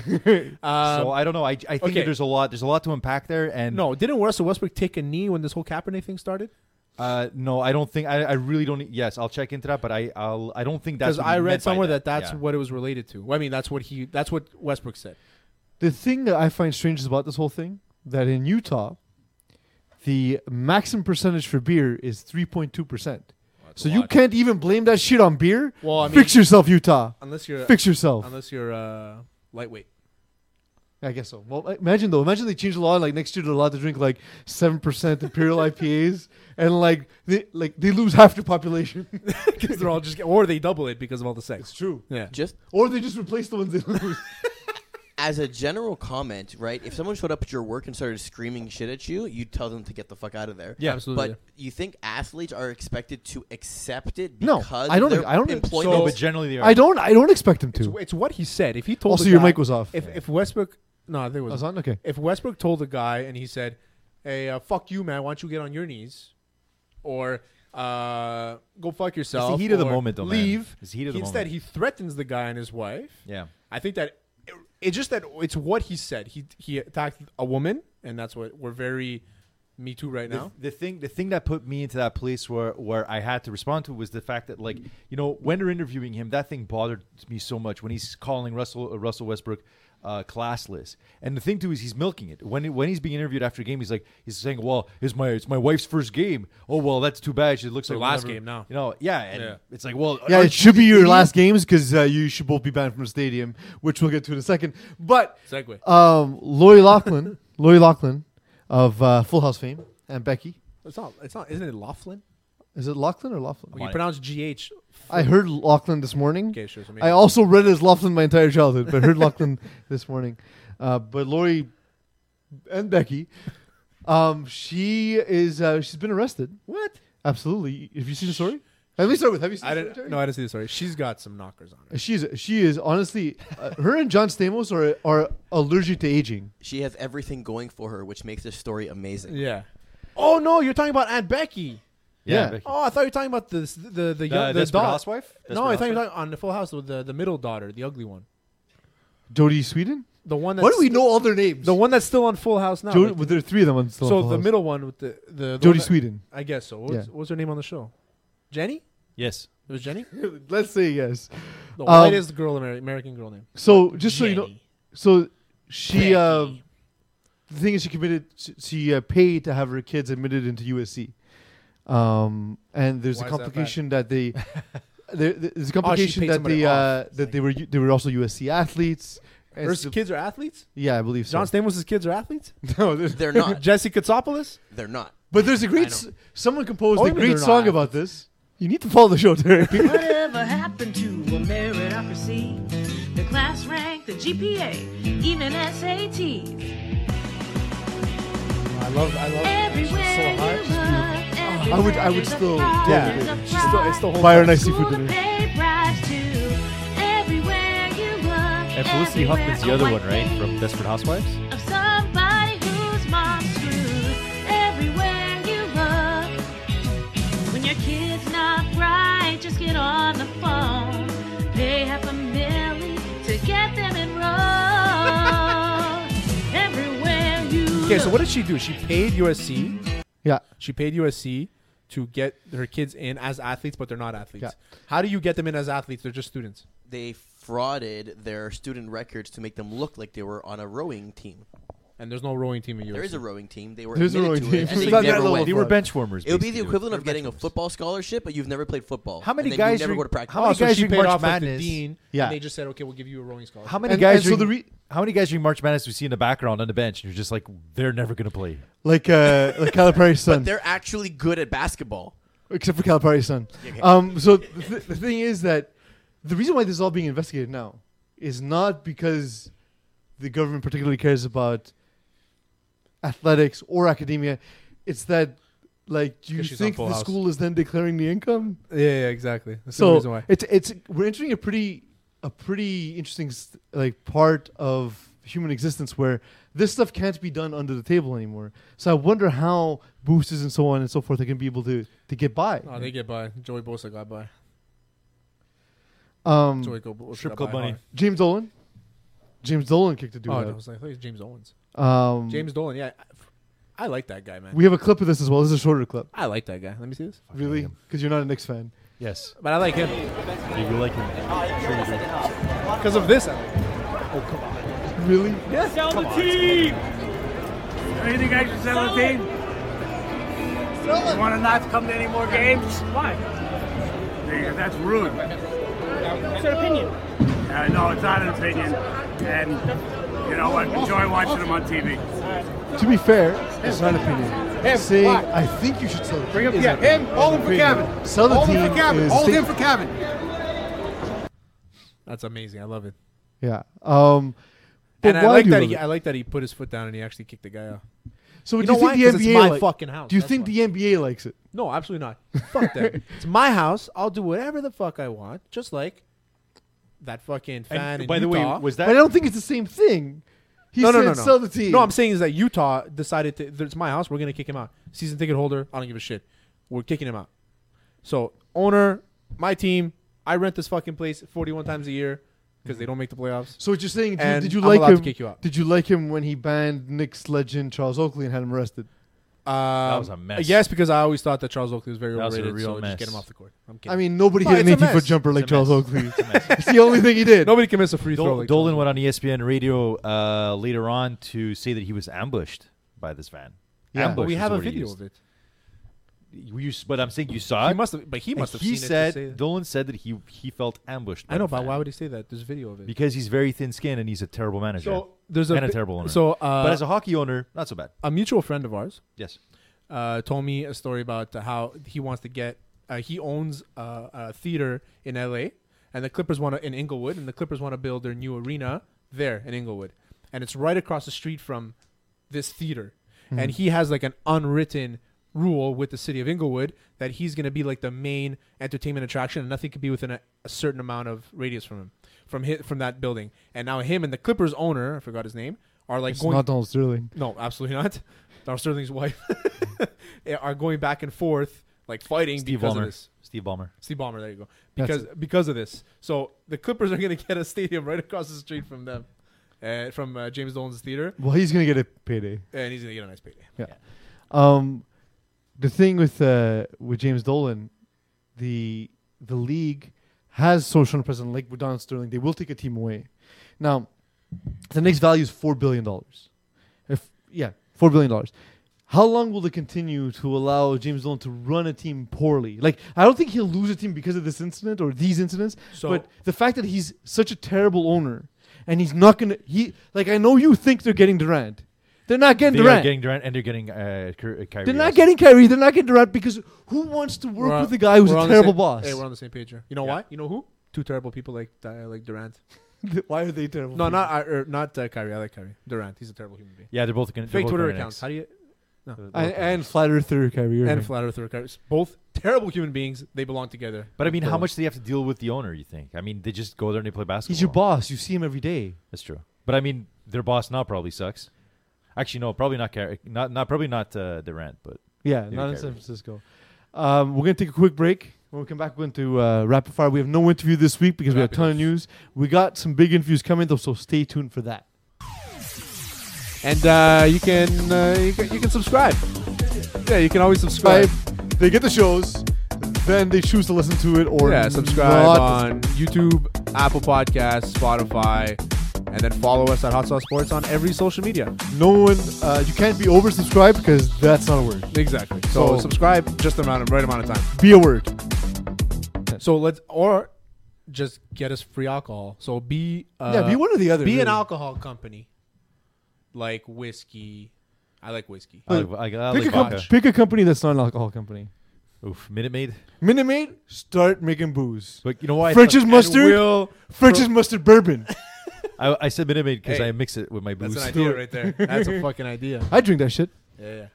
so I don't know. I, I think that okay. there's a lot there's a lot to unpack there, and no, didn't Russell Westbrook take a knee when this whole Kaepernick thing started? Uh, no, I don't think. I, I really don't. Yes, I'll check into that, but I I'll I don't think that's. Because what he I read meant by somewhere that, that's Yeah. what it was related to. Well, I mean, that's what he that's what Westbrook said. The thing that I find strange about this whole thing that in Utah, the maximum percentage for beer is three point two percent. So you can't even blame that shit on beer. Well, I mean- fix yourself, Utah. Unless you're Fix yourself. unless you're uh, lightweight. I guess so. Well, imagine though. Imagine they change the law. Like next year, they're allowed to drink like seven percent imperial IPAs, and like they like they lose half the population. Because they're all just or they double it because of all the sex. True. Yeah. Just Or they just replace the ones they lose. as a general comment, right? If someone showed up at your work and started screaming shit at you, you'd tell them to get the fuck out of there. Yeah, absolutely. But you think athletes are expected to accept it No, because I don't- their I don't- employment No, So- but generally they are. I don't. I don't expect them It's, to. it's what he said. If he told Also, the your guy- mic was off. If if Westbrook no, I think it was, I was on. Okay. if Westbrook told the guy and he said, "Hey, uh, fuck you, man. Why don't you get on your knees?" or uh, "Go fuck yourself." heat of the or moment, though, man. Leave. It's the heat of the Instead, moment. he threatens the guy and his wife. Yeah. I think that it, it's just that it's what he said. He he attacked a woman, and that's what we're very me too right The, now. the thing the thing that put me into that place where where I had to respond to was the fact that like you know when they're interviewing him that thing bothered me so much when he's calling Russell uh, Russell Westbrook. Uh, classless, and the thing too is he's milking it. When when he's being interviewed after a game, he's like he's saying, "Well, it's my it's my wife's first game. Oh well, that's too bad. She looks Her like last whatever." game now. You know, yeah, and Yeah. it's like, well, Yeah, aren't it should be your you- last games because uh, you should both be banned from the stadium, which we'll get to in a second. But Segue. um, Lori Lachlan, Lori Lachlan of uh, Full House fame, and Becky. It's not. It's not. Isn't it Laughlin? Is it Lachlan or Laughlin? You pronounce GH. I heard Lachlan this morning. Okay, sure. So maybe- I also read it as Laughlin my entire childhood, but heard Laughlin this morning. Uh, but Lori and Becky, um, she is uh, she's been arrested. what? Absolutely. Have you seen the story? Let me start with. Have you seen I the story? didn't. Terry? No, I didn't see the story. She's got some knockers on her. She's she is honestly, uh, her and John Stamos are are allergic to aging. she has everything going for her, which makes this story amazing. Yeah. Oh no, you're talking about Aunt Becky. Yeah. Becky. Oh, I thought you were talking about the the the the, young, the Desperate daughter. Housewife? No, I Desperate thought you were talking on the Full House with the, the middle daughter, the ugly one, Jodie Sweden. the one. That's Why do we know all their names? The one that's still on Full House now. Jodie, like- well, there are three of them. On still so on the Full House. middle one with the the, the one Jodie that- Sweden. I guess so. What was, Yeah. what was her name on the show? Jenny. Yes. It was Jenny. Let's say yes. The Um, whitest girl, Amer- American girl name. So just so you know, Jenny. so she. Uh, the thing is, she committed. She, she uh, paid to have her kids admitted into USC. Um, and there's Why a is that complication that, they. There, there's a Oh, she complication paid that somebody they uh, off. that they were u- they were also USC athletes. And Her so- kids are athletes. yeah, I believe so. John Stamos' kids are athletes. No, there's- They're not. Jesse Katsopoulos. They're not. But there's a great I s- someone composed Oh, a even great they're not song about this. You need to follow the show, Terry. Whatever happened to a meritocracy? The class rank, the GPA, even SATs. I love. I love. Everywhere you look, I would- I would everywhere still there's a Yeah. prize, there's a She's still, it's prize. the whole. Byron, I see School food to dinner. pay prize to. Everywhere you look, And Felicity everywhere Huffman's the a other white one, right, face from Desperate Housewives. Oh Of somebody whose mom's screwed. Everywhere you look. When your kid's not right, just get on the phone. Pay half a milli to get them enrolled. Everywhere you Okay, look. so what did she do? She paid USC. yeah, She paid USC to get her kids in as athletes, but they're not athletes. Yeah. How do you get them in as athletes? They're just students. They frauded their student records to make them look like they were on a rowing team. And there's no rowing team in USC. There is a rowing team. They were There's a rowing admitted to team. it, and It's they not that never little went. of They a were fraud. bench warmers. It would be the basically. equivalent of They were getting a bench warmers. football scholarship, but you've never played football. How many and then guys You never are- go to practice. how many so guys she during paid March off like, Madness- the dean, Yeah. and they just said, "Okay, we'll give you a rowing scholarship." How many And- guys? and so during- the re- how many guys during March Madness we see in the background on the bench? And you're just like, they're never gonna play. like uh, like Calipari's son. They're actually good at basketball. except for Calipari's son. Um, so the, th- the thing is that the reason why this is all being investigated now is not because the government particularly cares about athletics or academia. It's that, like, do you Because she's on think Full the House. school is then declaring the income? Yeah, yeah, exactly. That's the reason so why. it's it's we're entering a pretty a pretty interesting s- like part of human existence where this stuff can't be done under the table anymore. So I wonder how boosters and so on and so forth are going to be able to to get by. Oh, they get by. Joey Bosa got by. Um, Joey Go- Bosa Strip got Club by Bunny. hard. James Dolan, James Dolan kicked a dude Oh, out. no, I, was like, I thought it was James Owens. Um, James Dolan, yeah. I- I like that guy, man. we have a clip of this as well. This is a shorter clip, I like that guy. Let me see this. really, because you're not a Knicks fan. Yes. But I like him You like him. because of this. I like him. Really? Anything I should sell the team? Want to not come to any more games? Why? That's rude. It's an opinion. Uh, no, it's not an opinion. And you know what? Enjoy watching them on TV. To be fair, it's not an opinion. Saying I think you should sell the team. is an opinion. hold him for Opinion. Kevin. Sell the hold team him for Kevin. is Hold think- him for Kevin. That's amazing. I love it. Yeah. Um, but And I why like do you that. love He, it? I like that he put his foot down and he actually kicked the guy out. So You do know you why? think 'Cause the it's NBA my like- fucking house. Do you That's think why. the NBA likes it? No, absolutely not. Fuck that. It's my house. I'll do whatever the fuck I want, just like that fucking fan. And in by the way, Utah. was But I that don't think it's the same thing. He no, said no, no, no. sell the team. No, I'm saying is that Utah decided to, it's my house. We're gonna kick him out. Season ticket holder. I don't give a shit. We're kicking him out. So owner, my team. I rent this fucking place 41 times a year because they don't make the playoffs. so what you're saying? Did, And did you I'm like allowed to him? kick you out. Did you like him when he banned Knicks legend Charles Oakley and had him arrested? Um, was a mess. Yes, because I always thought that Charles Oakley was very That was a overrated. real so mess. just get him off the court. I'm kidding. I mean, nobody No, hit an it's a 18 foot mess. jumper like a Charles mess. Oakley. it's the only thing he did. nobody can miss a free throw. Dol- Like Dolan Charles went on E ESPN radio uh, later on to say that he was ambushed by this van. Yeah. Oakley. But Ambush we is have a what he video used. of it. You, s- but I'm saying you saw He it. must have, but he and must have he seen said it. to say that. Dolan said that he he felt ambushed. By I know, the but fan. why would he say that? There's video of it. Because he's very thin-skinned and he's a terrible manager. so there's a and a vi- terrible owner. So, uh, but as a hockey owner, not so bad. a mutual friend of ours Yes. uh, told me a story about how he wants to get. Uh, he owns a, a theater in LA, and the Clippers want to in Inglewood, and the Clippers want to build their new arena there in Inglewood, and it's right across the street from this theater. Hmm. And he has like an unwritten rule with the city of Inglewood that he's going to be like the main entertainment attraction, and nothing could be within a, a certain amount of radius from him, from his, from that building. And now him and the Clippers owner, I forgot his name, are like It's going not Donald Sterling. no, absolutely not. Donald Sterling's wife are going back and forth, like fighting Steve because of Ballmer. this. Steve Ballmer. Steve Ballmer, there you go. That's Because because of this, so the Clippers are going to get a stadium right across the street from them, uh, from uh, James Dolan's theater, Well, he's gonna get a payday. and he's going to get a nice payday. Um, the thing with uh, with James Dolan, the the league has social unprecedented. Like with Donald Sterling, they will take a team away. Now, the next value is four billion dollars. If yeah, four billion dollars. How long will they continue to allow James Dolan to run a team poorly? Like, I don't think he'll lose a team because of this incident or these incidents. So- but the fact that he's such a terrible owner and he's not gonna he like I know you think they're getting Durant. They're not getting They Durant. are getting Durant and they're getting uh, Ky- Kyrie. They're not also. getting Kyrie. They're not getting Durant because who wants to work We're on- with a guy who's we're a on the terrible same- boss? Hey, we're on the same page here. You know why? You know who? Two terrible people like uh, like Durant. Why are they terrible? No, not I, er, not uh, Kyrie. I like Kyrie. Durant. He's a terrible human being. Yeah, they're both going to Fake Twitter accounts. How do you? and, and flat earther Kyrie. Irving. And flat earther accounts. Both terrible human beings. They belong together. But I mean, how much do they have to deal with the owner? You think? I mean, they just go there and they play basketball. He's your boss. You see him every day. That's true. But I mean, their boss now probably sucks. Actually, no, probably not. Car- not not probably not uh, Durant, but Yeah, not Yeah, in Kyrie. San Francisco. Um, we're gonna take a quick break. When we come back, we're going to uh, rapid fire. We have no interview this week because we have a ton of news. We got some big interviews coming though, so stay tuned for that. And uh, you can uh, you can you can subscribe. Yeah, you can always subscribe. They get the shows, then they choose to listen to it or Yeah, subscribe not on YouTube, Apple Podcasts, Spotify, and then follow us at Hot Sauce Sports on every social media. No one. Uh, you can't be oversubscribed because that's not a word. Exactly. So, So- subscribe just the amount of right amount of time. Be a word. So let's or just get us free alcohol. So be uh, yeah, be one or the other. be an really. alcohol company like whiskey. I like whiskey. I, I, I Pick like a, com- vodka. pick a company that's not an alcohol company. Oof, Minute Maid. Minute Maid, start making booze. But you know why? I French's thought- mustard, will French's mustard bourbon. I, I said Minute Maid because Hey, I mix it with my booze. That's an idea right there. That's a fucking idea. I drink that shit. Yeah. yeah.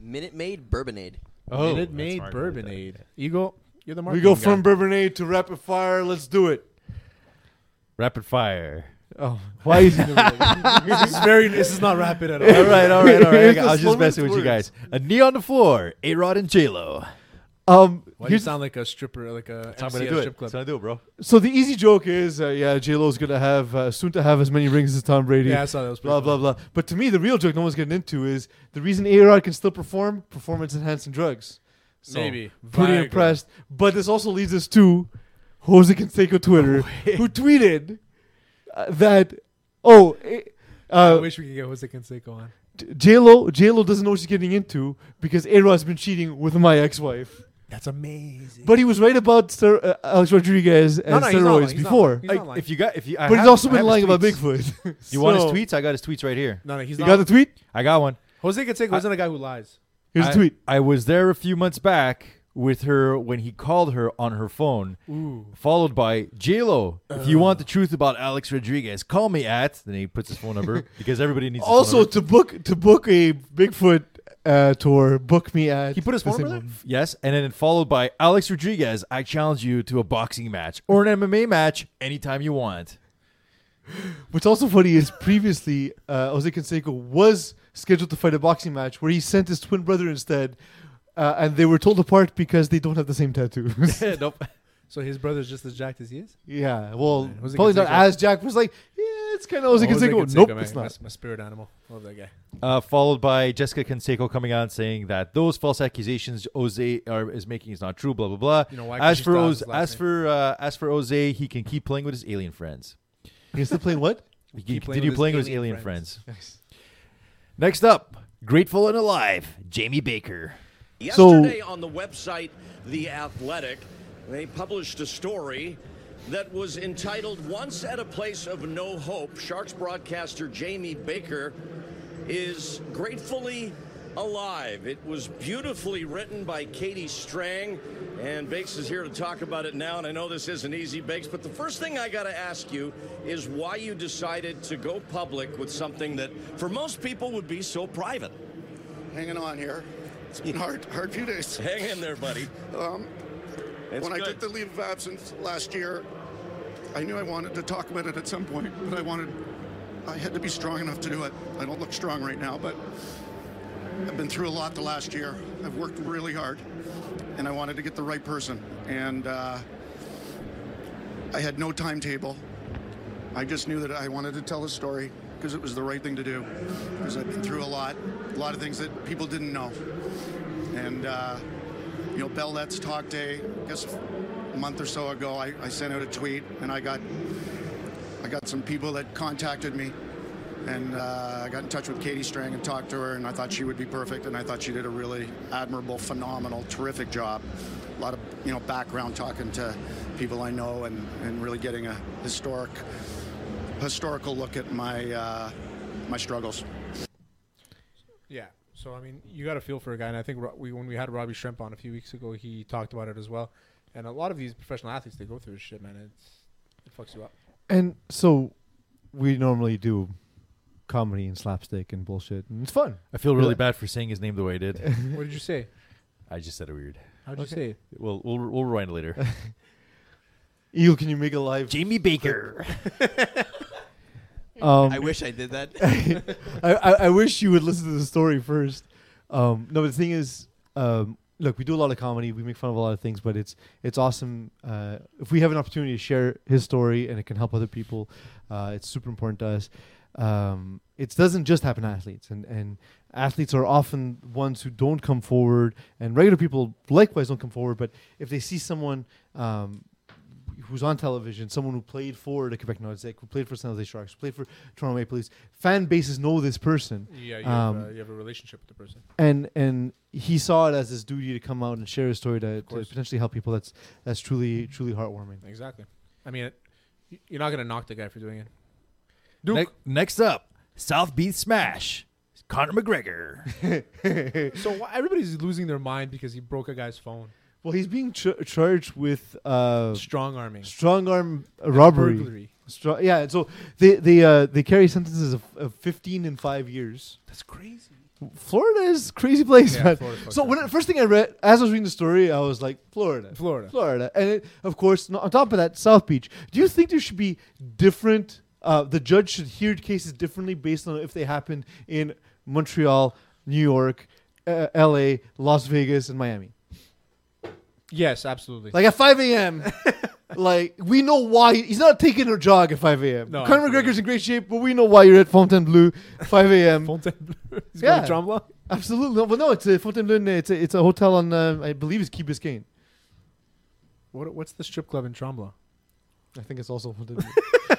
Minute Maid Bourbonade. Oh, Minute that's Maid hard. Bourbonade. Eagle, you're the marketing We go guy. from bourbonade to rapid fire. Let's do it. Rapid fire. Oh, why is it? this is very. This is not rapid at All all. right, all right, all right. I It's got- the I was just slowest messing with you words. guys. A knee on the floor. A Rod and J Lo. Um, Why do you here's- sound like a stripper, like a I'm MC gonna at do a it. strip That's what club? I do, bro. so the easy joke is, uh, yeah, J Lo's gonna have uh, soon to have as many rings as Tom Brady. Yeah, I saw that. It was pretty blah blah blah. But to me, the real joke no one's getting into is the reason A Rod can still perform performance enhancing drugs. So, Maybe. pretty Viagra. impressed. But this also leads us to Jose Canseco Twitter, Oh, who tweeted uh, that oh. eh, I uh, wish we could get Jose Canseco on. J Lo J Lo doesn't know what she's getting into because A Rod's been cheating with my ex wife. That's amazing. But he was right about Ster- uh, Alex Rodriguez and No, no, he's not lying. steroids He's not before. lying. He's not I- lying. if you got, if you, I but have- he's also I been have his lying about tweets. Bigfoot. You want his So- tweets? I got his tweets right here. no, no, he's You not. got the tweet? I got one. Jose Canseco isn't a guy who lies. Here's I- a tweet. I was there a few months back with her when he called her on her phone, followed by J Lo. If you Uh. want the truth about Alex Rodriguez, call me at. Then he puts his phone number because everybody needs. his phone Also number. to book to book a Bigfoot uh, tour, book me at he put his the phone same number there. one. Yes, and then followed by Alex Rodriguez. I challenge you to a boxing match or an MMA match anytime you want. What's also funny is previously uh, Jose Canseco was scheduled to fight a boxing match where he sent his twin brother instead, uh, and they were told apart because they don't have the same tattoos. nope. So his brother's just as jacked as he is. yeah, well, Jose probably not Canseco- as Jack was like, yeah, it's kind of Jose Jose Canseco. Canseco, Nope, man, it's not. That's my spirit animal. Love that guy. Uh, followed by Jessica Canseco coming out saying that those false accusations Oze are, is making is not true. Blah blah blah. You know why? 'Cause As she for still has Oze, his last as name. for uh, as for Oze, he can keep playing with his alien friends. He's still playing what? He keep can playing continue with his playing with his alien alien friends. friends. Next up, Grateful and Alive, Jamie Baker. Yesterday on the website The Athletic, they published a story that was entitled Once at a Place of No Hope. Sharks broadcaster Jamie Baker is gratefully alive. It was beautifully written by Katie Strang, and Bakes is here to talk about it now. And I know this isn't easy, Bakes, but the first thing I got to ask you is why you decided to go public with something that, for most people, would be so private. Hanging on here. It's been hard, hard few days. Hang in there, buddy. Um, It's when I good. took the leave of absence last year, I knew I wanted to talk about it at some point, but I wanted, I had to be strong enough to do it. I don't look strong right now, but I've been through a lot the last year. I've worked really hard, and I wanted to get the right person. And uh, I had no timetable. I just knew that I wanted to tell a story because it was the right thing to do. Because I've been through a lot, a lot of things that people didn't know. And uh, you know, Bell Let's Talk Day. I guess a month or so ago, I, I sent out a tweet, and I got I got some people that contacted me, and uh, I got in touch with Katie Strang and talked to her, and I thought she would be perfect, and I thought she did a really admirable, phenomenal, terrific job. A lot of you know background talking to people I know, and and really getting a historic historical look at my uh, my struggles. Yeah. So I mean, you got to feel for a guy, and I think Ro- we when we had Robbie Shrimp on a few weeks ago, he talked about it as well. And a lot of these professional athletes, they go through this shit, man. It's, it fucks you up. And so we normally do comedy and slapstick and bullshit, and it's fun. I feel really Yeah. bad for saying his name the way I did. what did you say? I just said it weird. How'd you say it? We'll we'll we'll rewind it later. Eagle, can you make a live? Jamie Baker. I wish I did that. I, I, I wish you would listen to the story first. Um, no, but the thing is, um, look, we do a lot of comedy. We make fun of a lot of things, but it's it's awesome uh, if we have an opportunity to share his story and it can help other people. Uh, it's super important to us. Um, it doesn't just happen to athletes, and and athletes are often ones who don't come forward, and regular people likewise don't come forward. But if they see someone um, who's on television, someone who played for the Quebec Nordic, who played for San Jose Sharks, who played for Toronto Maple Leafs. Fan bases know this person, Yeah, you, Um, have, uh, you have a relationship with the person. and and he saw it as his duty to come out and share his story to, to course. potentially help people. That's that's truly truly heartwarming. Exactly. I mean, it, y- you're not gonna knock the guy for doing it. Ne- next up, South Beach Smash, Conor McGregor. So why, everybody's losing their mind because he broke a guy's phone. Well, he's being ch- charged with uh, Strong arming. strong arm robbery. burglary. Str- yeah, and so they they uh, they carry sentences of, of 15 and five years. That's crazy. Florida is a crazy place, Yeah, man. Florida's fucked So up. when it, first thing I read, as I was reading the story, I was like, Florida, Florida. Florida, and it, of course, no- on top of that, South Beach. Do you think there should be different? Uh, the judge should hear cases differently based on if they happened in Montreal, New York, uh, L.A., Las Vegas, and Miami. Yes, absolutely. Like at 5 a.m. like we know why he's not taking a jog at 5 a.m. No, Conor absolutely. McGregor's in great shape, but we know why you're at Fontainebleau 5 a.m. Fontainebleau. He's Yeah. going to Tremblant. Absolutely. No, well, no, it's a Fontainebleau. It's a, it's a hotel on uh, I believe it's Key Biscayne. What, what's the strip club in Tremblant? I think it's also Fontainebleau.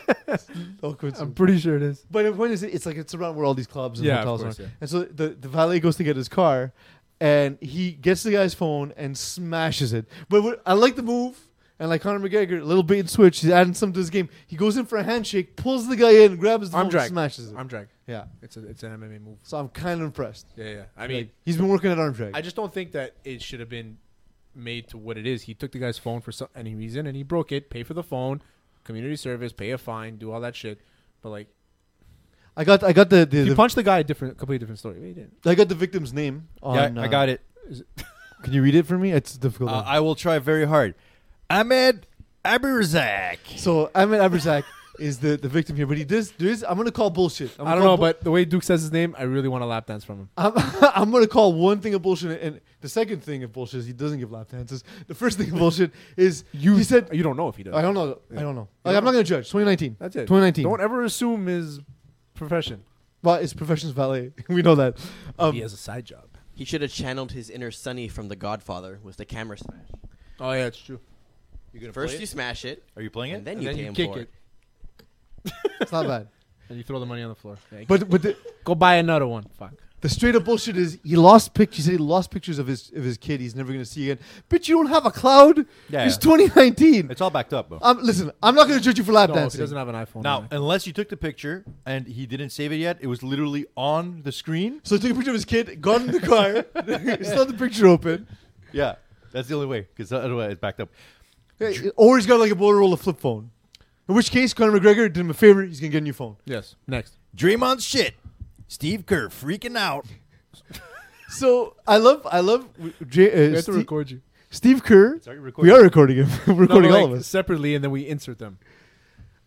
Oh, coincidence. pretty sure it is. but the point is, it's like it's around where all these clubs and Yeah, of hotels course, are. yeah. And so the, the valet goes to get his car, and he gets the guy's phone and smashes it. But what, I like the move. And like Conor McGregor, a little bait and switch. He's adding some to his game. He goes in for a handshake, pulls the guy in, grabs the Arm phone, drag. smashes it. Arm drag. yeah. It's a, it's an MMA move. So I'm kind of impressed. Yeah, yeah. I mean, Like, he's been working at arm drag. I just don't think that it should have been made to what it is. He took the guy's phone for some, any reason and he broke it. Pay for the phone, community service, pay a fine, do all that shit. But like, I got I got the, the, he the- punched the guy. A different, completely different story. He didn't. I got the victim's name. On, yeah, I got it. Uh, can you read it for me? It's difficult. Uh, I will try very hard. Ahmed Aburzak. so Ahmed Abrazak is the, the victim here, but he does. There is, I'm gonna call bullshit. I'm I don't gonna know, call bu- but the way Duke says his name, I really want a lap dance from him. I'm, I'm gonna call one thing a bullshit, and the second thing of bullshit is he doesn't give lap dances. The first thing of bullshit is you he said You don't know if he does. I don't know. I don't know. Like, I'm not gonna judge. 2019. That's it. 2019. Don't ever assume his profession. well, it's profession's valet. we know that. Um, He has a side job. He should have channeled his inner Sonny from The Godfather with the camera smash. Oh yeah, it's true. You gonna First play you it? smash it, Are you playing it? and then And you then pay you him kick for it. it. It's not bad. And you throw the money on the floor. But but the, go buy another one. Fuck. the straight up bullshit is he lost pictures. He said he lost pictures of his of his kid. He's never gonna see again. Bitch, you don't have a cloud. Yeah. It's 2019. It's all backed up, bro. um, listen, I'm not gonna judge you for lap No, if he dancing. doesn't have an iPhone. now, unless you took the picture and he didn't save it yet, it was literally on the screen. So he took a picture of his kid, got in the car, still had the picture open. Yeah, that's the only way because otherwise it's backed up. Hey, Or he's got like a Motorola flip phone. In which case, Conor McGregor did him a favor. He's gonna get a new phone. yes. Next. Dream on shit. Steve Kerr freaking out. So I love, I love w- J- uh, We have to Ste- record you. Steve Kerr. Sorry, We are recording him. We're No, recording but, all like, of us. separately, and then we insert them.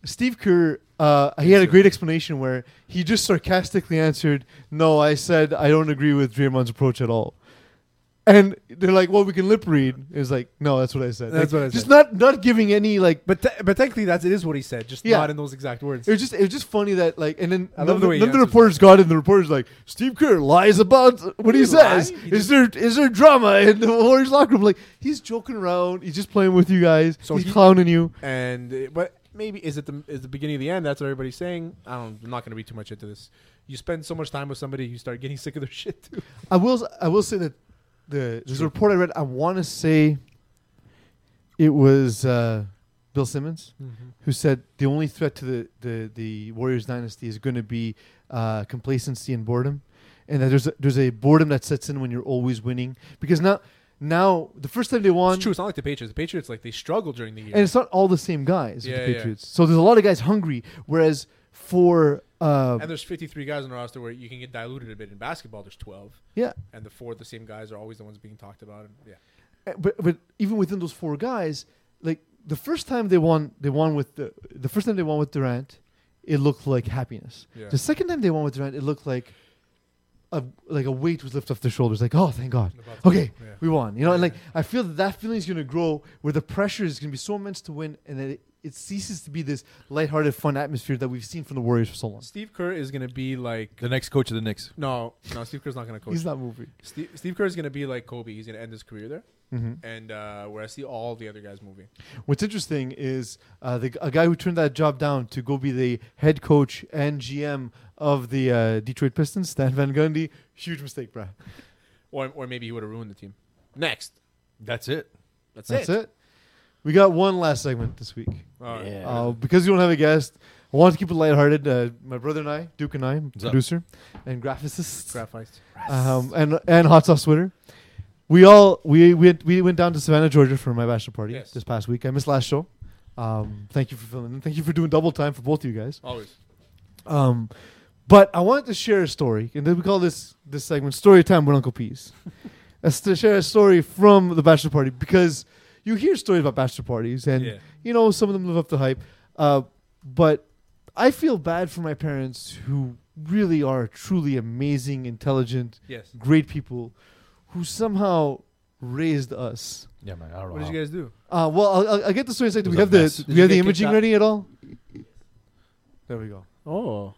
Steve Kerr. Uh, he had a great explanation where he just sarcastically answered, "No, I said I don't agree with Draymond's approach at all." And they're like, "Well, we can lip read." It's like, "No, that's what I said." That's Like, what I Just said. not not giving any like. But te- but technically, that's it is what he said, just Yeah. not in those exact words. It was just it was just funny that like and then I none, love of the the, way he none of the answers reporters got in. The reporters like Steve Kerr lies about what he, says. Is there is there drama in the Warriors locker room? Like he's joking around. He's just playing with you guys. So he's he- clowning you. and uh, but maybe is it the is the beginning of the end? That's what everybody's saying. I don't, I'm not going to read too much into this. You spend so much time with somebody, you start getting sick of their shit too. I will I will say that the there's a report I read. I want to say it was uh, Bill Simmons Mm-hmm. who said the only threat to the the, the Warriors dynasty is going to be uh, complacency and boredom, and that there's a, there's a boredom that sets in when you're always winning because now now the first time they won. It's true. It's not like the Patriots. The Patriots like they struggle during the year. And it's not all the same guys Yeah, with the yeah. Patriots. So there's a lot of guys hungry. Whereas for uh, And there's 53 guys on the roster where you can get diluted a bit. In basketball, there's 12, yeah, and the four the same guys are always the ones being talked about. And yeah, Uh, but but even within those four guys, like the first time they won, they won with the the first time they won with Durant, it looked like happiness. Yeah. The second time they won with Durant, it looked like a like a weight was lifted off their shoulders. Like oh, thank God, About to- okay, yeah. we won. You know, and like I feel that that feeling is gonna grow where the pressure is gonna be so immense to win, and that it, it ceases to be this lighthearted, fun atmosphere that we've seen from the Warriors for so long. Steve Kerr is going to be like The next coach of the Knicks. no, no. Steve Kerr's not going to coach. He's not moving. Steve, Steve Kerr is going to be like Kobe. He's going to end his career there. Mm-hmm. And uh, where I see all the other guys moving. What's interesting is uh, the, a guy who turned that job down to go be the head coach and GM of the uh, Detroit Pistons, Stan Van Gundy. Huge mistake, bruh. Or, or maybe he would have ruined the team. Next. That's it. That's, That's it. We got one last segment this week. All right. Oh, Uh, because you don't have a guest, I wanted to keep it lighthearted. Uh, my brother and I, Duke and I, up? producer and graphicist, Graphite. um, and and hot sauce Twitter. We all we we, had, we went down to Savannah, Georgia for my bachelor party Yes. this past week. I missed last show. Um, thank you for filling. in. Thank you for doing double time for both of you guys. Always. Um, but I wanted to share a story, and then we call this this segment "Story Time with Uncle Peas." That's to share a story from the bachelor party because you hear stories about bachelor parties, and Yeah. you know some of them live up to hype. Uh, but I feel bad for my parents who really are truly amazing, intelligent, Yes. great people who somehow raised us. Yeah, man. I don't know. What did how. you guys do? Uh, well, I'll, I'll, I'll get the story in a second. Do we have It was a the mess. do Did we you have the get kicked imaging out? ready at all? There we go. Oh.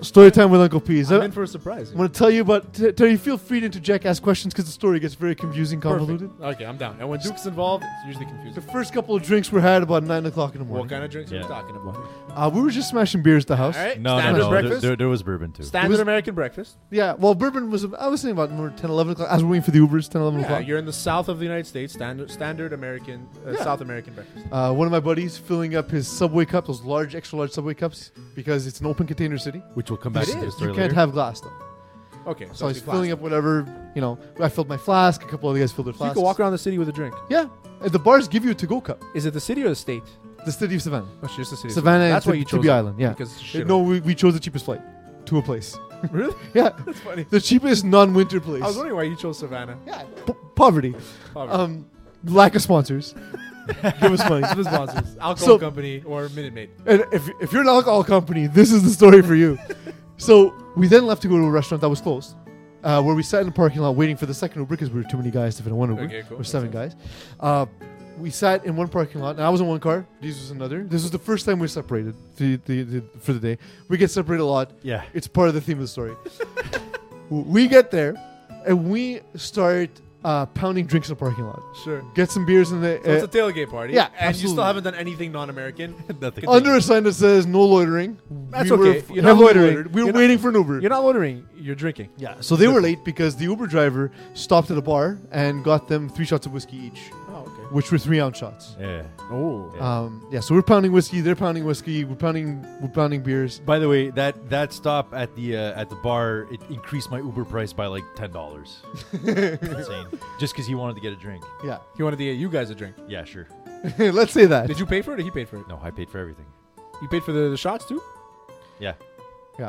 Story time with Uncle Uh, Peas. I'm I- in for a surprise. I'm going to tell you about. T- Terry, feel free to interject, ask questions because the story gets very confusing, convoluted. Perfect. Okay, I'm down. And when Duke's involved, it's usually confusing. The first couple of drinks were had about 9 o'clock in the What morning. kind of drinks are Yeah. we talking about? Uh, we were just smashing beers at the house. All right. No, Standard no, no. There, breakfast. there, there was bourbon too. Standard It was- American breakfast. Yeah, well, bourbon was, I was saying about more 10, 11 o'clock. I was waiting for the Ubers, 10, 11 Yeah, o'clock. you're in the south of the United States. Standard, standard American, uh, Yeah. South American breakfast. Uh, one of my buddies filling up his Subway cup, those large, extra large Subway cups, because it's an open container city. which will come back It to is. this You story can't later. have glass, though. Okay, So I was it's filling up whatever, you know, I filled my flask, a couple of the guys filled their So you flasks. can walk around the city with a drink. Yeah. Uh, The bars give you a to-go cup. Is it the city or the state? The city of Savannah. Oh, it's just the city. Savannah and That's why Tib- you chose Tibby it, Island, yeah. Because it's no, shithole. we, we chose the cheapest flight to a place. really? Yeah. That's funny. The cheapest non-winter place. I was wondering why you chose Savannah. Yeah. P- poverty. Poverty. Um, lack of sponsors. Give us money. This was sponsors, alcohol So- company or Minute Maid. And if, if you're an alcohol company, this is the story for you. so we then left to go to a restaurant that was closed, uh, where we sat in the parking lot waiting for the second Uber because we were too many guys to fit in one Uber. Okay, cool. Or seven guys. Uh, we sat in one parking lot, and I was in one car. These was another. This was the first time we separated the, the, the, for the day. We get separated a lot. Yeah. It's part of the theme of the story. we get there, and we start uh, pounding drinks in the parking lot. Sure. Get some beers in the. So uh, it's a tailgate party. yeah, and you absolutely. still haven't done anything non-American. Nothing. under a sign that says no loitering. That's we okay. Were, You're have not loitering. loitered. We were You're not- waiting for an Uber. You're not ordering. You're drinking. yeah, so they were late because the Uber driver stopped at a bar and got them three shots of whiskey each, Oh, okay. which were three ounce shots. Yeah. Oh. Yeah. Um, yeah, so we're pounding whiskey, they're pounding whiskey, we're pounding, we're pounding beers. By the way, that that stop at the uh, at the bar it increased my Uber price by like ten dollars. Insane. Just because he wanted to get a drink. Yeah, He wanted to get you guys a drink. Yeah, sure. let's say that. Did you pay for it or he paid for it? No, I paid for everything. You paid for the, the shots too? Yeah. Yeah.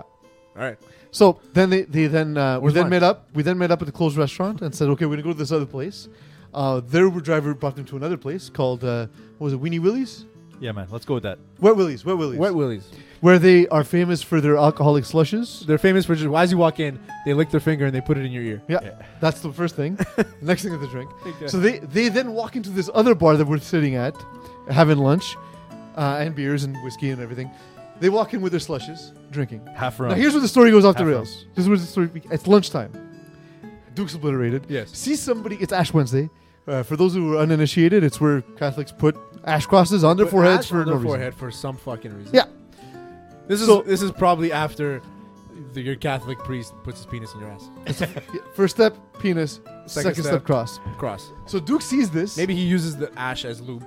All right. So then they, they then uh, we Where's then lunch? met up. We then met up at the closed restaurant and said, okay, we're gonna go to this other place. Uh, their Uber driver brought them to another place called uh, what was it, Weenie Willie's? Yeah, man. Let's go with that. Wet Willie's, Wet Willie's, Wet Willies. where they are famous for their alcoholic slushes. They're famous for just, why as you walk in, they lick their finger and they put it in your ear. Yeah, Yeah. that's the first thing. Next thing is the drink. Okay. So they, they then walk into this other bar that we're sitting at, having lunch, uh, and beers and whiskey and everything. They walk in with their slushes, drinking. Half round. Now here's where the story goes off the Half rails. This is where the story. be- It's lunchtime. Duke's obliterated. Yes. See somebody. It's Ash Wednesday. Uh, for those who are uninitiated, it's where Catholics put ash crosses on their Put foreheads ash for on no their reason. forehead for some fucking reason. Yeah. This is So- this is probably after the, your Catholic priest puts his penis in your ass. Yeah, First step, penis. Second, step. step. cross. Cross. So Duke sees this. Maybe he uses the ash as lube.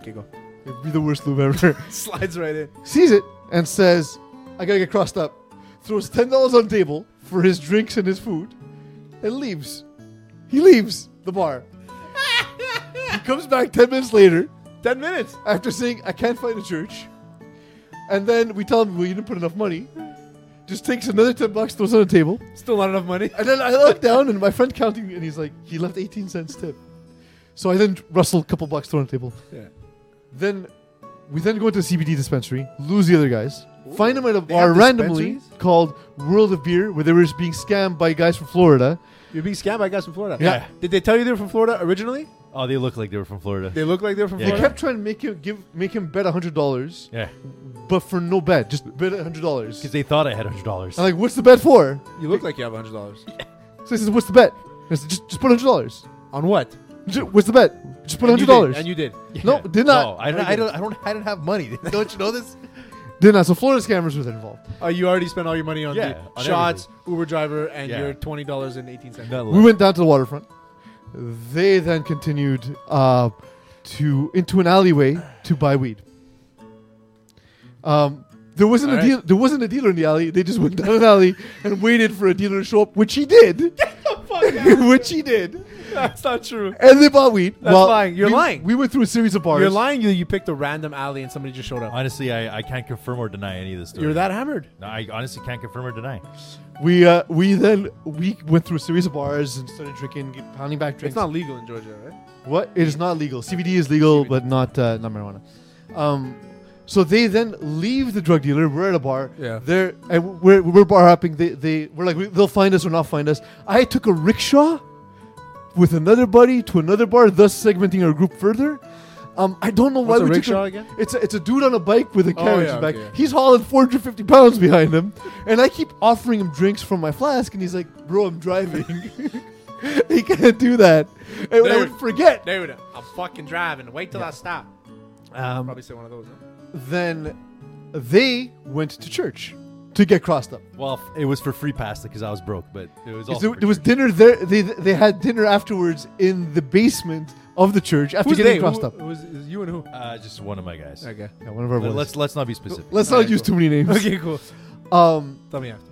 Okay, go. it'd be the worst lube ever. Slides right in. sees it and says, I gotta get crossed up. Throws ten dollars on the table for his drinks and his food, and leaves. He leaves the bar. he comes back ten minutes later Ten minutes. after saying, I can't find a church. And then we tell him, Well, you didn't put enough money. Just takes another ten bucks, throws it on the table. Still not enough money. And then I look down and my friend counting and he's like, he left eighteen cents tip. So I then rustled a couple bucks thrown on the table. Yeah. Then we then go into a CBD dispensary, lose the other guys, find them at a They bar have randomly dispensaries? called World of Beer, where they were just being scammed by guys from Florida. You're being scammed by guys from Florida. Yeah. Did they tell you they were from Florida originally? oh, they look like they were from Florida. They look like they're from Yeah. They Florida. kept trying to make him give make him bet hundred dollars, yeah. but for no bet, just bet hundred dollars. Because they thought I had hundred dollars. I'm like, what's the bet for? You look like you have hundred dollars. So he says, what's the bet? I said, just just put hundred dollars. On what? What's the bet? Just put And you did, hundred dollars. And you did. No, did not. No, I, don't- I don't. I don't. I didn't have money. don't you know this? Did not. So Florida scammers were involved. Oh, you already spent all your money on Yeah, the on shots, Uber driver, and Yeah. your twenty dollars and eighteen cents. We went down to the waterfront. They then continued uh, to into an alleyway to buy weed. Um, There wasn't All a right. deal, there wasn't a dealer in the alley. They just went down an alley and waited for a dealer to show up, which he did. which he did. That's not true. And they bought weed. That's well, lying. You're we- lying. We went through a series of bars. You're lying. You you picked a random alley and somebody just showed up. Honestly, I, I can't confirm or deny any of this story. You're that hammered. No, I honestly can't confirm or deny. We uh, we then we went through a series of bars and started drinking, get- pounding back It's drinks. not legal in Georgia, right? What? It is not legal. CBD is legal, but not uh, not marijuana. Um, so they then leave the drug dealer. We're at a bar. Yeah. They're and we're, we're bar hopping. They they we're like we, they'll find us or not find us. I took a rickshaw with another buddy to another bar, thus segmenting our group further. Um, I don't know why What's a we rickshaw took again? Oh, It's a, it's a dude on a bike with a carriage yeah, back. okay, yeah. He's hauling 450 pounds behind him, and I keep offering him drinks from my flask, and he's like, "Bro, I'm driving." he can't do that, and I would Dude. forget. Dude, I'm fucking driving. Wait till I stop. Um, Probably say one of those. huh? then they went to church to get crossed up. Well, f- it was for free pasta because I was broke, but it was all. There, for there was dinner there. They they had dinner afterwards in the basement of the church after Who's getting they? crossed Who- up. who's- is you and who? uh, just one of my guys. Okay. Yeah, one of our Let- boys. Let's let's not be specific. Let's Alright, not use cool. too many names. Okay, cool. Um, Tell me after.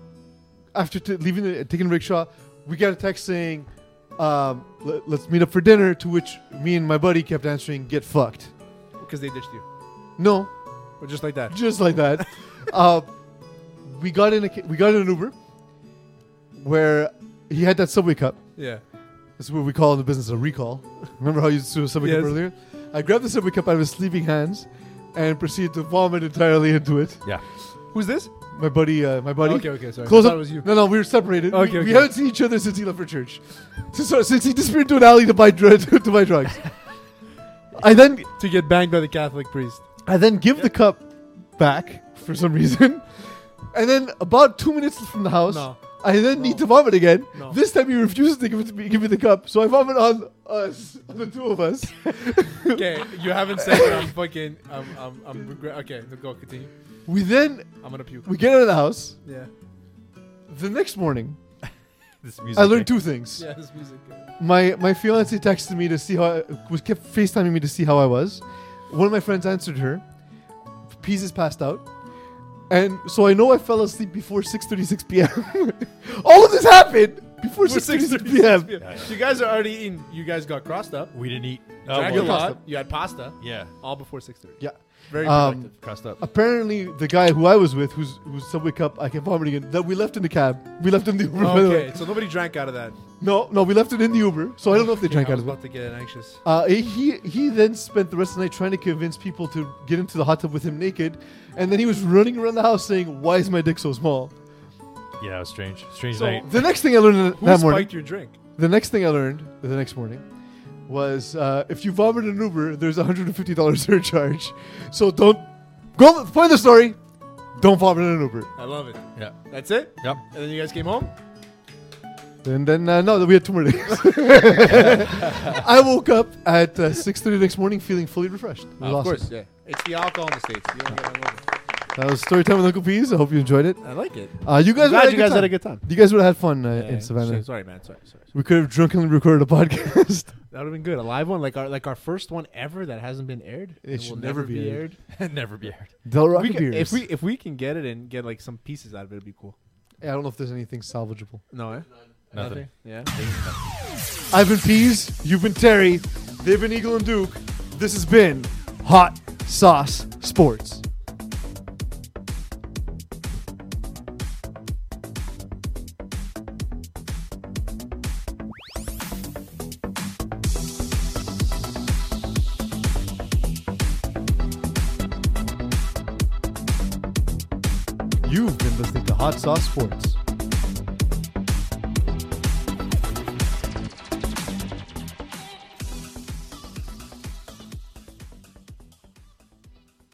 after t- leaving, the, taking rickshaw, we got a text saying, um, let- "Let's meet up for dinner." To which me and my buddy kept answering, "Get fucked." Because they ditched you. No, Or just like that. just like that. uh, we got in a ca- we got in an Uber where he had that subway cup. Yeah. That's what we call in the business a recall. Remember how you used to do a subway Yes. cup earlier? I grabbed the subway cup out of his sleeping hands and proceeded to vomit entirely into it. Yeah. Who's this? My buddy, uh, my buddy. Okay, okay, sorry. Close I thought up. it was you. No, no, we were separated. we, Okay, we okay. haven't seen each other since he left for church. Since, so- since he disappeared to an alley to buy dr- to, buy drugs. I then To get banged by the Catholic priest. I then give the cup back for some reason, and then about two minutes from the house, No. I then need to vomit again. No. This time he refuses to give it to me, give me the cup, so I vomit on us, on the two of us. Okay, you haven't said that I'm fucking. I'm. I'm. I'm regret. Okay, no, go continue. We then I'm gonna puke. we get out of the house. yeah. The next morning, This music I learned thing. two things. Yeah. This music. My my fiance texted me to see how I, was kept FaceTiming me to see how I was. One of my friends answered her. Peas is passed out. And so I know I fell asleep before 6:36 p.m. All of this happened before 6:36 p.m. You guys are already in. You guys got crossed up. We didn't eat. You Oh, drank a well, lot. You had pasta. Yeah. All before six thirty. Yeah. Very Um, productive. Crossed up. Apparently, the guy who I was with, who's who's subway cup, I can not vomit again. That we left in the cab. We left in the Uber. by the way. okay, so nobody drank out of that. No, no, we left it in the Uber. So I don't know if they drank I out was of it. about to get anxious. Uh, he he then spent the rest of the night trying to convince people to get into the hot tub with him naked, and then he was running around the house saying, "Why is my dick so small?" Yeah, it was strange. Strange So night. the next thing I learned Who that spiked morning, your drink? the next thing I learned the next morning was uh, if you vomit in an Uber, there's a hundred and fifty dollars surcharge. So don't go find the story. Don't vomit in an Uber. I love it. Yeah. That's it. Yep. And then you guys came home. And then uh, no, we had two more days. I woke up at uh, six thirty next morning feeling fully refreshed. It was of awesome. course. Yeah. It's the alcohol in the states. You don't get hungover. That was story time with Uncle Peas. I hope you enjoyed it. I like it. Uh, you guys, Glad would you guys had a good time. You guys would have had fun uh, Yeah, in Savannah. shit, Sorry, man. Sorry, sorry. sorry. We could have drunkenly recorded a podcast. That would have been good. A live one, like our like our first one ever that hasn't been aired. It should never be aired. Never be aired. Del Rock We can- beers. if we if we can get it and get like some pieces out of it, it'd be cool. Yeah, I don't know if there's anything salvageable. No, eh? Nothing. Yeah. I've been Peas. You've been Terry. They've been Eagle and Duke. This has been Hot Sauce Sports. You've been listening to Hot Sauce Sports.